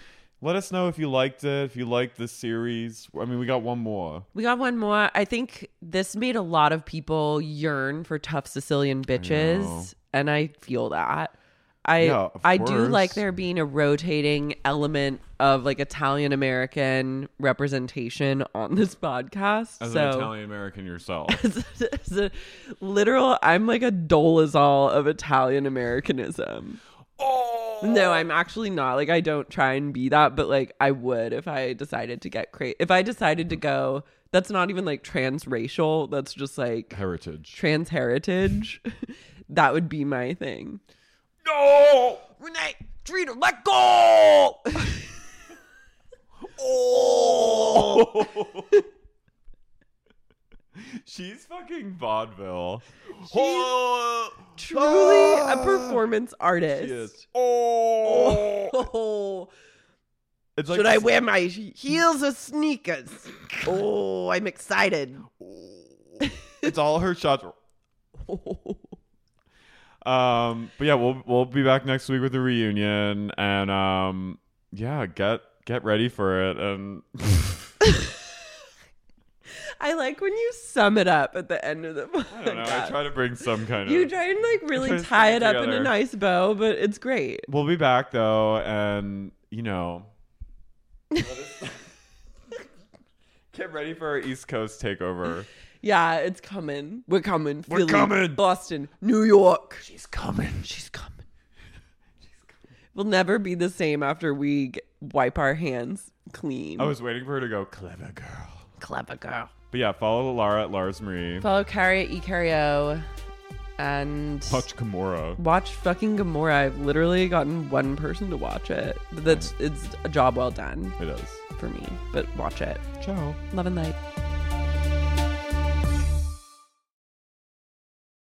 S3: let us know if you liked it, if you liked this series. I mean, we got one more.
S4: We got one more. I think this made a lot of people yearn for tough Sicilian
S3: know.
S4: bitches, and I feel that. I
S3: Yeah, of
S4: I do
S3: course.
S4: like there being a rotating element of like Italian American representation on this podcast.
S3: As
S4: so
S3: an Italian American yourself.
S4: as a literal, I'm like a dolezal of Italian Americanism. Oh no, I'm actually not. Like I don't try and be that, but like I would if I decided to get crazy. If I decided to go, that's not even like transracial. That's just like
S3: Heritage.
S4: trans heritage. that would be my thing.
S9: No! Renee, Trina, let go! oh!
S3: She's fucking vaudeville.
S9: Oh!
S4: Truly a
S9: Ah.
S4: performance artist.
S3: is.
S9: Oh!
S4: Oh,
S3: It's like
S4: should I wear my heels or sneakers? oh, I'm excited.
S3: It's all her shots. Um, but yeah, we'll we'll be back next week with the reunion, and um, yeah, get get ready for it. And
S4: I like when you sum it up at the end of the podcast.
S3: I don't know, I try to bring some kind of.
S4: you try and like really
S3: try to
S4: tie it
S3: string it
S4: up in a
S3: together.
S4: nice bow, but it's great.
S3: We'll be back though, and you know, get ready for our East Coast takeover.
S4: Yeah, it's coming. We're coming.
S9: We're
S4: Philly,
S9: coming.
S4: Boston, New York.
S9: She's coming.
S4: She's coming. We'll never be the same after we g- wipe our hands clean.
S3: I was waiting for her to go clever girl,
S4: clever girl.
S3: but yeah, follow Lara at Lars Marie.
S4: Follow Carrie at Icario and
S3: Touch Kimura.
S4: watch fucking Gamora. I've literally gotten one person to watch it. But That's it's a job well done
S3: It is.
S4: for me. But watch it.
S3: Ciao.
S4: Love and light.